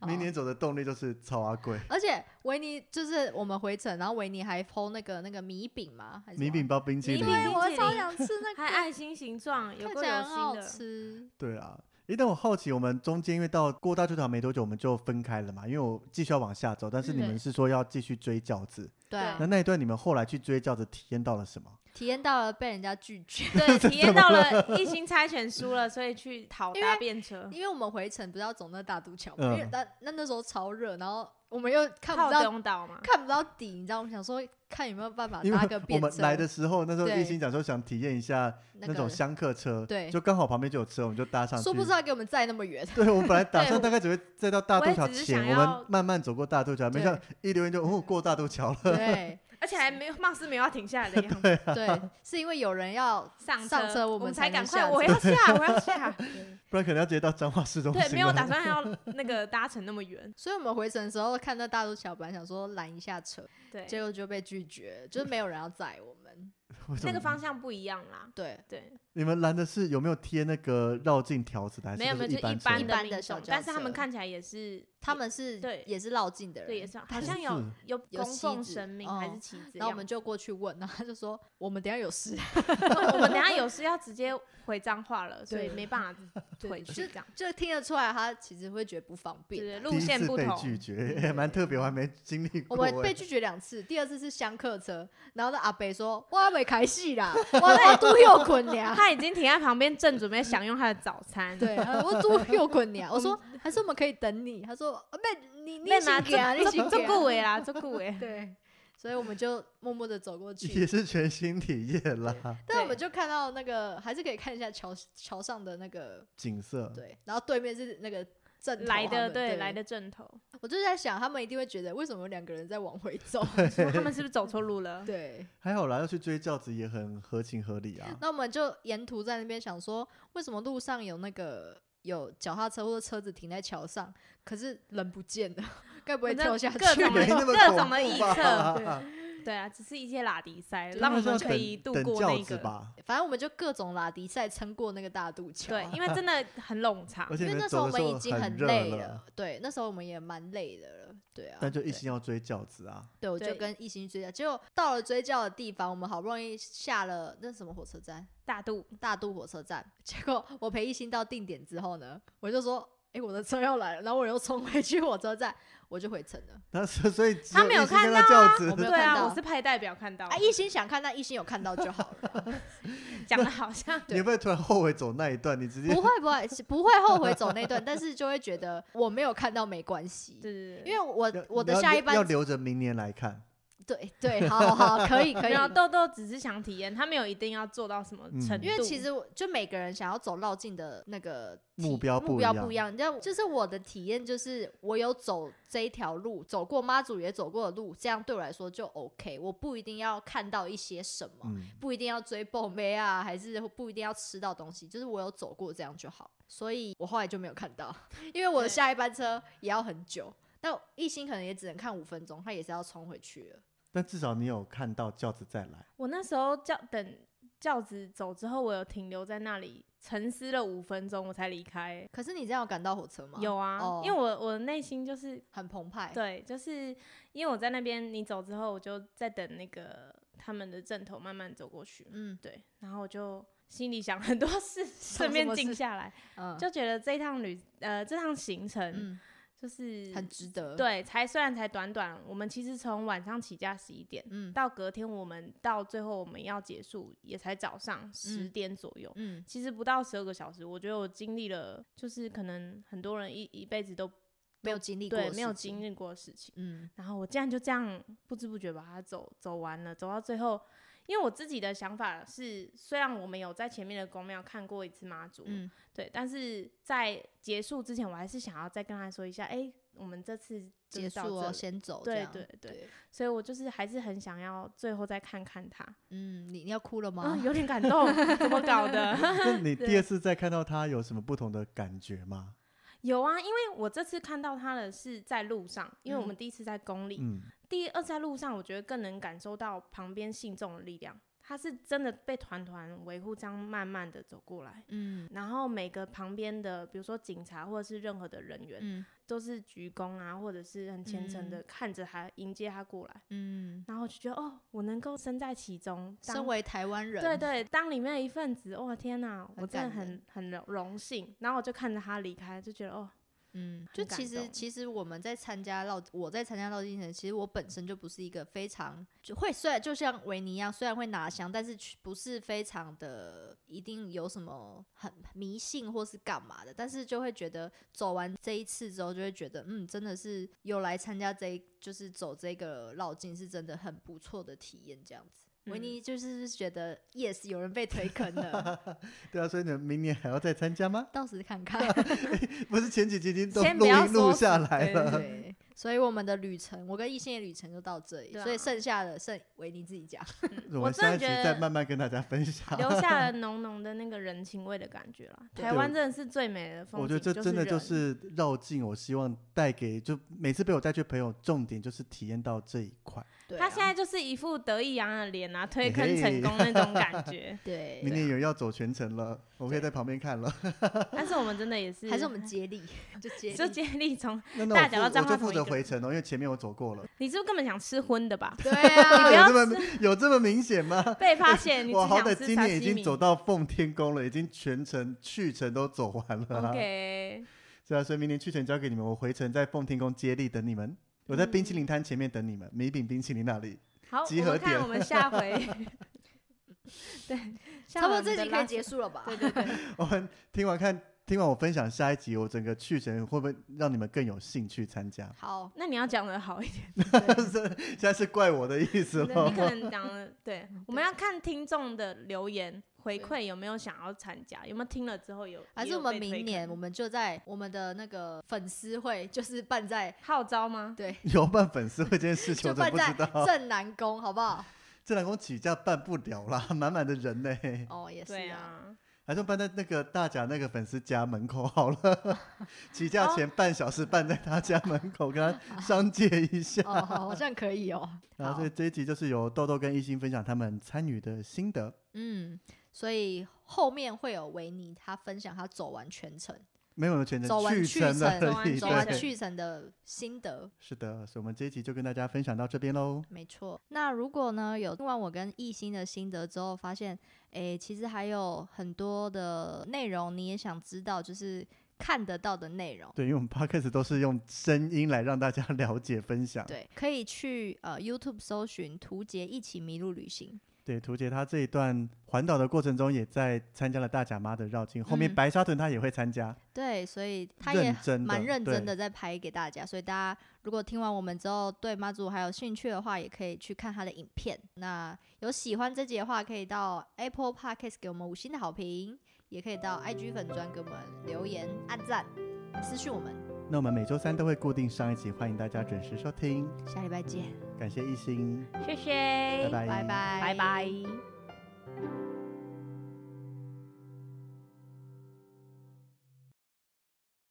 Speaker 1: 好
Speaker 2: 年走的动力就是超阿贵。
Speaker 1: 而且维尼就是我们回程，然后维尼还剖那个那个米饼嘛，还是什么
Speaker 2: 米饼包冰淇
Speaker 3: 米
Speaker 2: 淋，
Speaker 3: 饼
Speaker 1: 对，我
Speaker 3: 冰淇
Speaker 1: 超
Speaker 3: 淋
Speaker 1: 想吃那
Speaker 3: 还
Speaker 1: 个，
Speaker 3: 爱心形状，有
Speaker 1: 看
Speaker 3: 够
Speaker 1: 起来
Speaker 3: 有
Speaker 1: 很好
Speaker 3: 心 的。
Speaker 1: 吃。
Speaker 2: 对啊。诶，但我好奇，我们中间因为到过大剧场没多久，我们就分开了嘛，因为我继续要往下走，但是
Speaker 1: 嗯
Speaker 2: 你们
Speaker 1: 对
Speaker 2: 是说要继续追饺子，
Speaker 1: 对
Speaker 2: 那，那一段你们后来去追教的体验到了什么？
Speaker 1: 体验到了被人家拒绝。
Speaker 3: 对，体验到了一心猜拳输了，所以去讨
Speaker 1: 因为
Speaker 3: 搭便车，
Speaker 1: 因为我们回程不是要走那大渡桥吗，
Speaker 2: 嗯
Speaker 1: 因为那那那时候超热，然后我们又看
Speaker 3: 靠
Speaker 1: 不到
Speaker 3: 东岛嘛。
Speaker 1: 看不到底，你知道，我们想说看有没有办法
Speaker 2: 因
Speaker 1: 哦搭个
Speaker 2: 为我
Speaker 1: 便
Speaker 2: 们
Speaker 1: 车。
Speaker 2: 来的时候，那时候
Speaker 1: 对
Speaker 2: 一心讲说想体验一下
Speaker 1: 那
Speaker 2: 那
Speaker 1: 个
Speaker 2: 种香客车，
Speaker 1: 对
Speaker 2: 就刚好旁边就有车，我们就搭上去。
Speaker 1: 说不知道给我们载那 么远，
Speaker 2: 对，我本来打
Speaker 3: 对
Speaker 2: 算大概只会再到大
Speaker 3: 我
Speaker 2: 渡
Speaker 3: 也
Speaker 2: 桥
Speaker 3: 只是
Speaker 2: 前，
Speaker 3: 想
Speaker 2: 我
Speaker 3: 要
Speaker 2: 们慢慢走过大渡桥，没想到一溜烟就哦过大渡桥了。
Speaker 1: 对
Speaker 3: 而且还没有，貌似没有要停下来的 样子。
Speaker 1: 对，是因为有人要
Speaker 3: 上
Speaker 1: 上车我
Speaker 3: 我
Speaker 1: 们才能
Speaker 3: 才赶
Speaker 1: 下
Speaker 3: 快，
Speaker 1: 车
Speaker 3: 我要下，我要下。
Speaker 2: 不然可能要直接到彰化市中心了。
Speaker 3: 对，没有打 算要那个搭乘那么远。
Speaker 1: 所以我们回程的时候看到大渡桥，本来想说拦一下车，
Speaker 3: 对，
Speaker 1: 结果就被拒绝，就是没有人要载我们。
Speaker 2: 为什
Speaker 3: 那个
Speaker 2: 么
Speaker 3: 方向不一样啦。
Speaker 1: 对，
Speaker 3: 对，
Speaker 2: 你们拦的是有没有贴那个绕境条子的？还是
Speaker 3: 没有没
Speaker 2: 就
Speaker 3: 有，
Speaker 2: 是
Speaker 3: 就
Speaker 2: 一般
Speaker 1: 一
Speaker 2: 车
Speaker 1: 般
Speaker 3: 的
Speaker 1: 的
Speaker 3: 民
Speaker 1: 小
Speaker 3: 众，
Speaker 1: 轿
Speaker 3: 但是他
Speaker 1: 车
Speaker 3: 们看起来也是，
Speaker 1: 他们是
Speaker 3: 对
Speaker 1: 也是绕境的人，
Speaker 3: 对也是好
Speaker 1: 他
Speaker 3: 像有
Speaker 2: 是
Speaker 3: 有
Speaker 1: 有
Speaker 3: 供
Speaker 1: 旗
Speaker 3: 奉
Speaker 1: 子
Speaker 3: 神明
Speaker 1: 哦
Speaker 3: 还是旗子的样子。
Speaker 1: 然后我们就过去问，然后他就说我们等一下有事，
Speaker 3: 我们等一下有事要直接回彰化了，所以
Speaker 1: 对
Speaker 3: 没办 法回
Speaker 1: 就
Speaker 3: 去这样。
Speaker 1: 就听得出来他其实会觉得不方便啊。
Speaker 3: 对，
Speaker 2: 第
Speaker 3: 路
Speaker 2: 一
Speaker 3: 线
Speaker 2: 次
Speaker 3: 不
Speaker 2: 被
Speaker 3: 同，
Speaker 2: 拒绝，也 蛮特别，我还没经历
Speaker 1: 我
Speaker 2: 过欸。
Speaker 1: 们被拒绝两次，第二次是香客车，然后那阿北说：“我还没开戏 啦，我我都有困娘。
Speaker 3: 他已经停在旁边，正准备享用他的早”餐。
Speaker 1: 对，他说我都有困
Speaker 3: 嗯
Speaker 1: 娘。我说还是我们可以等你。他说：“啊妹，你你
Speaker 3: 被拿
Speaker 1: 先给啊，你
Speaker 3: 这
Speaker 1: 先
Speaker 3: 这
Speaker 1: 给
Speaker 3: 顾
Speaker 1: 啊。
Speaker 3: 伟啦，这顾伟”。
Speaker 1: 对，所以我们就默默的走过
Speaker 2: 也
Speaker 1: 去。
Speaker 2: 是全新体验啦，
Speaker 1: 但我
Speaker 3: 对
Speaker 1: 们就看到那个，还是可以看一下桥桥上的那个
Speaker 2: 景色。
Speaker 1: 对，然后对面是那个正头
Speaker 3: 来
Speaker 1: 他
Speaker 3: 的
Speaker 1: 们
Speaker 3: 对
Speaker 1: 对
Speaker 3: 来。的正头，
Speaker 1: 我就在想，他们一定会觉得为什么有两个人在往回 走？
Speaker 3: 说他们是不是走错路了？
Speaker 1: 对，
Speaker 2: 还好啦，要去追轿子也很合情合理啊。
Speaker 1: 那我们就沿途在那边想说，为什么路上有那个有脚踏车或者车子停在桥上，可是人不见了， 该不会
Speaker 3: 反
Speaker 1: 跳
Speaker 3: 正
Speaker 1: 下
Speaker 3: 各
Speaker 1: 去
Speaker 3: 种
Speaker 1: 吧？
Speaker 2: 没那么
Speaker 3: 各
Speaker 2: 恐
Speaker 3: 种的
Speaker 2: 怖
Speaker 3: 臆
Speaker 2: 吧
Speaker 3: 测对啊，只是一些拉迪赛，
Speaker 1: 对
Speaker 3: 让我
Speaker 2: 那是要
Speaker 3: 们可
Speaker 2: 等
Speaker 3: 以度
Speaker 2: 等
Speaker 3: 过
Speaker 2: 轿
Speaker 3: 那
Speaker 2: 子
Speaker 3: 个。
Speaker 2: 吧，
Speaker 1: 反正我们就各种拉迪赛撑过那个大渡桥
Speaker 3: 对
Speaker 1: 啊、，
Speaker 3: 因为真的很冗长
Speaker 2: 而，且
Speaker 1: 因
Speaker 2: 你
Speaker 1: 为那
Speaker 2: 们
Speaker 1: 时候
Speaker 2: 走的
Speaker 1: 我们
Speaker 2: 时
Speaker 1: 已
Speaker 2: 候
Speaker 1: 经
Speaker 2: 很
Speaker 1: 很
Speaker 2: 热
Speaker 1: 累
Speaker 2: 了，
Speaker 1: 对，那时候我们也蛮累的了，对啊。
Speaker 2: 但就一
Speaker 1: 对
Speaker 2: 心要追轿子啊。
Speaker 1: 对，我就
Speaker 3: 对
Speaker 1: 跟一心去追教，结果到了追教的地方，我们好不容易下了那什么火车站，
Speaker 3: 大肚
Speaker 1: 大渡火车站。 结果我陪一心到定点之后呢，我就说：“哎、我的车要来了。”然后我又冲回去火车站， 我就回城了。
Speaker 2: 那所 所以只
Speaker 3: 他
Speaker 2: 有
Speaker 3: 没
Speaker 2: 一
Speaker 3: 有
Speaker 2: 心
Speaker 3: 看
Speaker 2: 跟到
Speaker 3: 到
Speaker 2: 轿子，
Speaker 1: 我没有
Speaker 3: 对
Speaker 1: 看
Speaker 3: 啊，
Speaker 1: 到
Speaker 3: 我是派代表看到
Speaker 1: 啊，，一心想看，但一心有看到就好了。
Speaker 3: 讲的好像
Speaker 2: 你会不会突然后悔走那一段？你直接
Speaker 1: 不会不会是不会后悔走那段， 但是就会觉得我没有看到没关系，
Speaker 3: 对对对，
Speaker 1: 因为我
Speaker 2: 要
Speaker 1: 我的
Speaker 2: 要
Speaker 1: 下
Speaker 2: 留
Speaker 1: 一
Speaker 2: 要
Speaker 1: 班
Speaker 2: 留着明年来看。
Speaker 1: 对对，好好可以 可以
Speaker 3: 没。有豆豆只是想体验，他没有一定要做到什么
Speaker 2: 嗯
Speaker 3: 程度，
Speaker 1: 因为其实我就每个人想要走绕境的那个
Speaker 2: 目
Speaker 1: 体
Speaker 2: 标不
Speaker 1: 目
Speaker 2: 一
Speaker 1: 标
Speaker 2: 样
Speaker 1: 不一样，你知道，就是我的体验就是我有走这一条路，走过妈祖也走过的路，这样对我来说就 OK，我不一定要看到一些什么，
Speaker 2: 嗯，
Speaker 1: 不一定要追蹦杯啊，还是不一定要吃到东西，就是我有走过这样就好。所以我后来就没有看到， 因为我的
Speaker 3: 对
Speaker 1: 下一班车也要很久，但一心可能也只能看五分钟，他也是要冲回去了。
Speaker 2: 但至少你有看到轿子再来。
Speaker 3: 我那时候叫等轿子走之后，我有停留在那里沉思了五分钟，我才离开、
Speaker 1: 可是你这样有赶到火车吗？
Speaker 3: 有啊，
Speaker 1: 哦哎
Speaker 3: 因为我我的内心就是
Speaker 1: 很澎湃。
Speaker 3: 对，就是因为我在那边你走之后，我就在等那个他们的阵头慢慢走过去，
Speaker 1: 嗯
Speaker 3: 对，然后我就心里想很多 事，顺
Speaker 1: 什
Speaker 3: 便
Speaker 1: 么
Speaker 3: 静
Speaker 1: 事
Speaker 3: 下来，
Speaker 1: 嗯
Speaker 3: 就觉得这一趟旅呃这趟行程
Speaker 1: 嗯，
Speaker 3: 就是
Speaker 1: 很值得。，
Speaker 3: 对，才虽然才短短，我们其实从晚上起价十一点。
Speaker 1: 嗯
Speaker 3: 到隔天我们到最后我们要结束也才早上十
Speaker 1: 嗯
Speaker 3: 点左右，
Speaker 1: 嗯，
Speaker 3: 其实不到十二个小时，我觉得我经历了，就是可能很多人一一辈子都
Speaker 1: 没有经历过，
Speaker 3: 对没有经，历过的事情，
Speaker 1: 嗯
Speaker 3: 然后我竟然就这样不知不觉把它走走完了，走到最后。因为我自己的想法是，虽然我们有在前面的公庙看过一次妈祖，
Speaker 1: 嗯，
Speaker 3: 对，但是在结束之前，我还是想要再跟他说一下，哎、我们这次就是
Speaker 1: 结
Speaker 3: 到
Speaker 1: 束
Speaker 3: 这
Speaker 1: 哦，
Speaker 3: 里
Speaker 1: 先走这
Speaker 3: 对
Speaker 1: 样，
Speaker 3: 对对
Speaker 1: 对，
Speaker 3: 所以我就是还是很想要最后再看看他，
Speaker 1: 嗯，你你要哭了
Speaker 3: 啊，
Speaker 1: 吗？
Speaker 3: 有点感动，怎么搞的？
Speaker 2: 那你第
Speaker 3: 对
Speaker 2: 二次再看到它有什么不同的感觉吗？
Speaker 3: 有啊，因为我这次看到他的是在路上，因为我
Speaker 1: 嗯
Speaker 3: 们第一次在公里，
Speaker 2: 嗯，
Speaker 3: 第二次在路上，我觉得更能感受到旁边信众的力量，他是真的被团团维护，这样慢慢的走过来。
Speaker 1: 嗯
Speaker 3: 然后每个旁边的，比如说警察或者是任何的人员，
Speaker 1: 嗯
Speaker 3: 都是鞠躬啊，或者是很虔诚的看着他，迎接他过来。
Speaker 1: 嗯，
Speaker 3: 然后就觉得哦，我能够身在其中，当
Speaker 1: 身为台湾人，
Speaker 3: 对对，当里面的一份子，哇天哪，我
Speaker 1: 很
Speaker 3: 真的
Speaker 1: 感人
Speaker 3: 很很荣荣幸。然后我就看着他离开，就觉得哦，
Speaker 1: 嗯，
Speaker 3: 很
Speaker 1: 就
Speaker 3: 感
Speaker 1: 其实
Speaker 3: 动
Speaker 1: 其实我们在参加绕，我在参加绕境前，其实我本身就不是一个非常就会，虽然就像维尼一样，虽然会拿香，但是去不是非常的一定有什么很迷信或是干嘛的，但是就会觉得走完这一次之后，就会觉得嗯，真的是有来参加这一，就是走这个绕境是真的很不错的体验，这样子。维
Speaker 3: 嗯
Speaker 1: 尼就是觉得、yes，有人被推坑 了，
Speaker 2: 对啊，所以你们明年还要再参加吗？
Speaker 1: 到时看看。
Speaker 2: 不是前几集已经都
Speaker 3: 先
Speaker 2: 录
Speaker 3: 不要
Speaker 2: 音录
Speaker 3: 说
Speaker 2: 下
Speaker 3: 死
Speaker 2: 来
Speaker 3: 对
Speaker 2: 了，
Speaker 1: 对，所以我们的旅程，我跟异性的旅程就到这里，
Speaker 3: 对啊
Speaker 1: 所以剩下的剩维尼自己 讲。
Speaker 2: 我
Speaker 3: 我
Speaker 2: 们
Speaker 3: 真
Speaker 2: 下一
Speaker 3: 的
Speaker 2: 集
Speaker 3: 觉
Speaker 2: 再
Speaker 3: 得
Speaker 2: 慢慢跟大家分 享。
Speaker 3: 留下了浓浓的那个人情味的感觉啦。
Speaker 2: 对
Speaker 3: 台湾真的是最美的风景，
Speaker 2: 我觉得这真的就
Speaker 3: 人
Speaker 2: 是绕境，我希望带给就每次被我带去的朋友，重点就是体验到这一块。
Speaker 1: 对。
Speaker 3: 他现在就是一副得意洋洋的脸啊，推坑成功那 种感觉
Speaker 1: 对
Speaker 2: 明年
Speaker 3: 啊
Speaker 2: 有人要走全程了，我可以在旁边 看了。
Speaker 3: 但是我们真的也是，
Speaker 1: 还是我们接 力，就接
Speaker 3: 就
Speaker 1: 力。 ？
Speaker 3: 接力从，
Speaker 2: 那那
Speaker 3: 大
Speaker 2: 我
Speaker 3: 家
Speaker 2: 负
Speaker 3: 都站
Speaker 2: 我就负
Speaker 3: 在同一
Speaker 2: 责
Speaker 3: 个
Speaker 2: 回程哦，因为前面我走过了。
Speaker 3: 你是不是根本想吃荤 的吧
Speaker 1: 对
Speaker 3: 不
Speaker 1: 啊，
Speaker 3: 要
Speaker 2: 有这么有这么明显吗？
Speaker 3: 被发现，你
Speaker 2: 我
Speaker 3: 只
Speaker 2: 好
Speaker 3: 想
Speaker 2: 歹
Speaker 3: 吃
Speaker 2: 今
Speaker 3: 沙
Speaker 2: 年已
Speaker 3: 西
Speaker 2: 经
Speaker 3: 米
Speaker 2: 走。到奉天宫了，已经全程去程都走完了啊、
Speaker 3: OK，
Speaker 2: 对啊，所以明年去程交给你们，我回程在奉天宫接力等你们。我
Speaker 1: 嗯
Speaker 2: 在冰淇淋摊前面等你们，米饼冰淇淋那里。
Speaker 3: 好，
Speaker 2: 集
Speaker 3: 我
Speaker 2: 合
Speaker 3: 们看
Speaker 2: 点
Speaker 3: 我们下回， 对，
Speaker 1: 差不多
Speaker 3: 自
Speaker 1: 这
Speaker 3: 己
Speaker 1: 集可以结。束了吧？
Speaker 3: 对对对，
Speaker 2: 我们听完看，听完我分享下一集，我整个去程会不会让你们更有兴趣参加？
Speaker 1: 好，
Speaker 3: 那你要讲的好一点，
Speaker 2: 是现在是怪我的意思哦
Speaker 3: 你可
Speaker 2: 喽。
Speaker 3: 能讲的对，
Speaker 1: 嗯
Speaker 3: 我们要看听众的留言回馈有没有想要参加，有没有听了之后有，
Speaker 1: 还是
Speaker 3: 也有
Speaker 1: 我们
Speaker 3: 被推
Speaker 1: 明年
Speaker 3: 坑
Speaker 1: 我们就在我们的那个粉丝会，就是办 在
Speaker 3: 号召吗？
Speaker 1: 对，
Speaker 2: 有办粉丝会这件事情，
Speaker 1: 就
Speaker 2: 我怎么
Speaker 1: 办
Speaker 2: 不知
Speaker 1: 在
Speaker 2: 道？
Speaker 1: 正南宫，好不好？
Speaker 2: 这两公起价办不了啦，满满的人呢、
Speaker 1: 哦，也是
Speaker 3: 对
Speaker 1: 啊，
Speaker 3: 啊，
Speaker 2: 还是办在那个大甲那个粉丝家门口好了， 起价前半小时办在他家门口，跟他商借一
Speaker 3: 啊
Speaker 2: 下。
Speaker 1: 哦，好好像可以哦。
Speaker 2: 然后，
Speaker 1: 好
Speaker 2: 所以这一集就是由豆豆跟一心分享他们参与的心得。
Speaker 1: 嗯，所以后面会有维尼他分享他走完全程，
Speaker 2: 没有全
Speaker 1: 走
Speaker 2: 程
Speaker 1: 完去
Speaker 2: 程的
Speaker 1: 程
Speaker 3: 走完
Speaker 2: 而已，
Speaker 3: 去
Speaker 1: 走完
Speaker 2: 对
Speaker 3: 程
Speaker 1: 去程的心得。
Speaker 2: 是的，所以我们这一集就跟大家分享到这边喽。
Speaker 1: 没错。那如果呢有听完我跟艺兴的心得之后，发现诶、其实还有很多的内容你也想知道，就是看得到的内容。
Speaker 2: 对，因为我们 podcast 都是用声音来让大家了解分享。
Speaker 1: 对，可以去呃 YouTube 搜寻“图杰一起迷路旅行
Speaker 2: 对，图杰他这一段环岛的过程中，也在参加了大甲妈的绕境，后面
Speaker 1: 嗯
Speaker 2: 白沙屯他也会参加。”。
Speaker 1: 对，所以他
Speaker 2: 认
Speaker 1: 也
Speaker 2: 真的
Speaker 1: 蛮认真
Speaker 2: 对
Speaker 1: 的在拍给大家，所以大家如果听完我们之后对妈祖还有兴趣的话，也可以去看他的影片。那有喜欢这集的话，可以到 Apple Podcast 给我们五星的好评，也可以到 IG 粉专给我们留言、按赞、私讯我们。
Speaker 2: 那我们每周三都会固定上一集，欢迎大家准时收听。
Speaker 1: 下礼拜见，
Speaker 2: 感谢一心，
Speaker 3: 啊谢谢，
Speaker 2: 拜
Speaker 1: 哎拜拜，
Speaker 3: 拜拜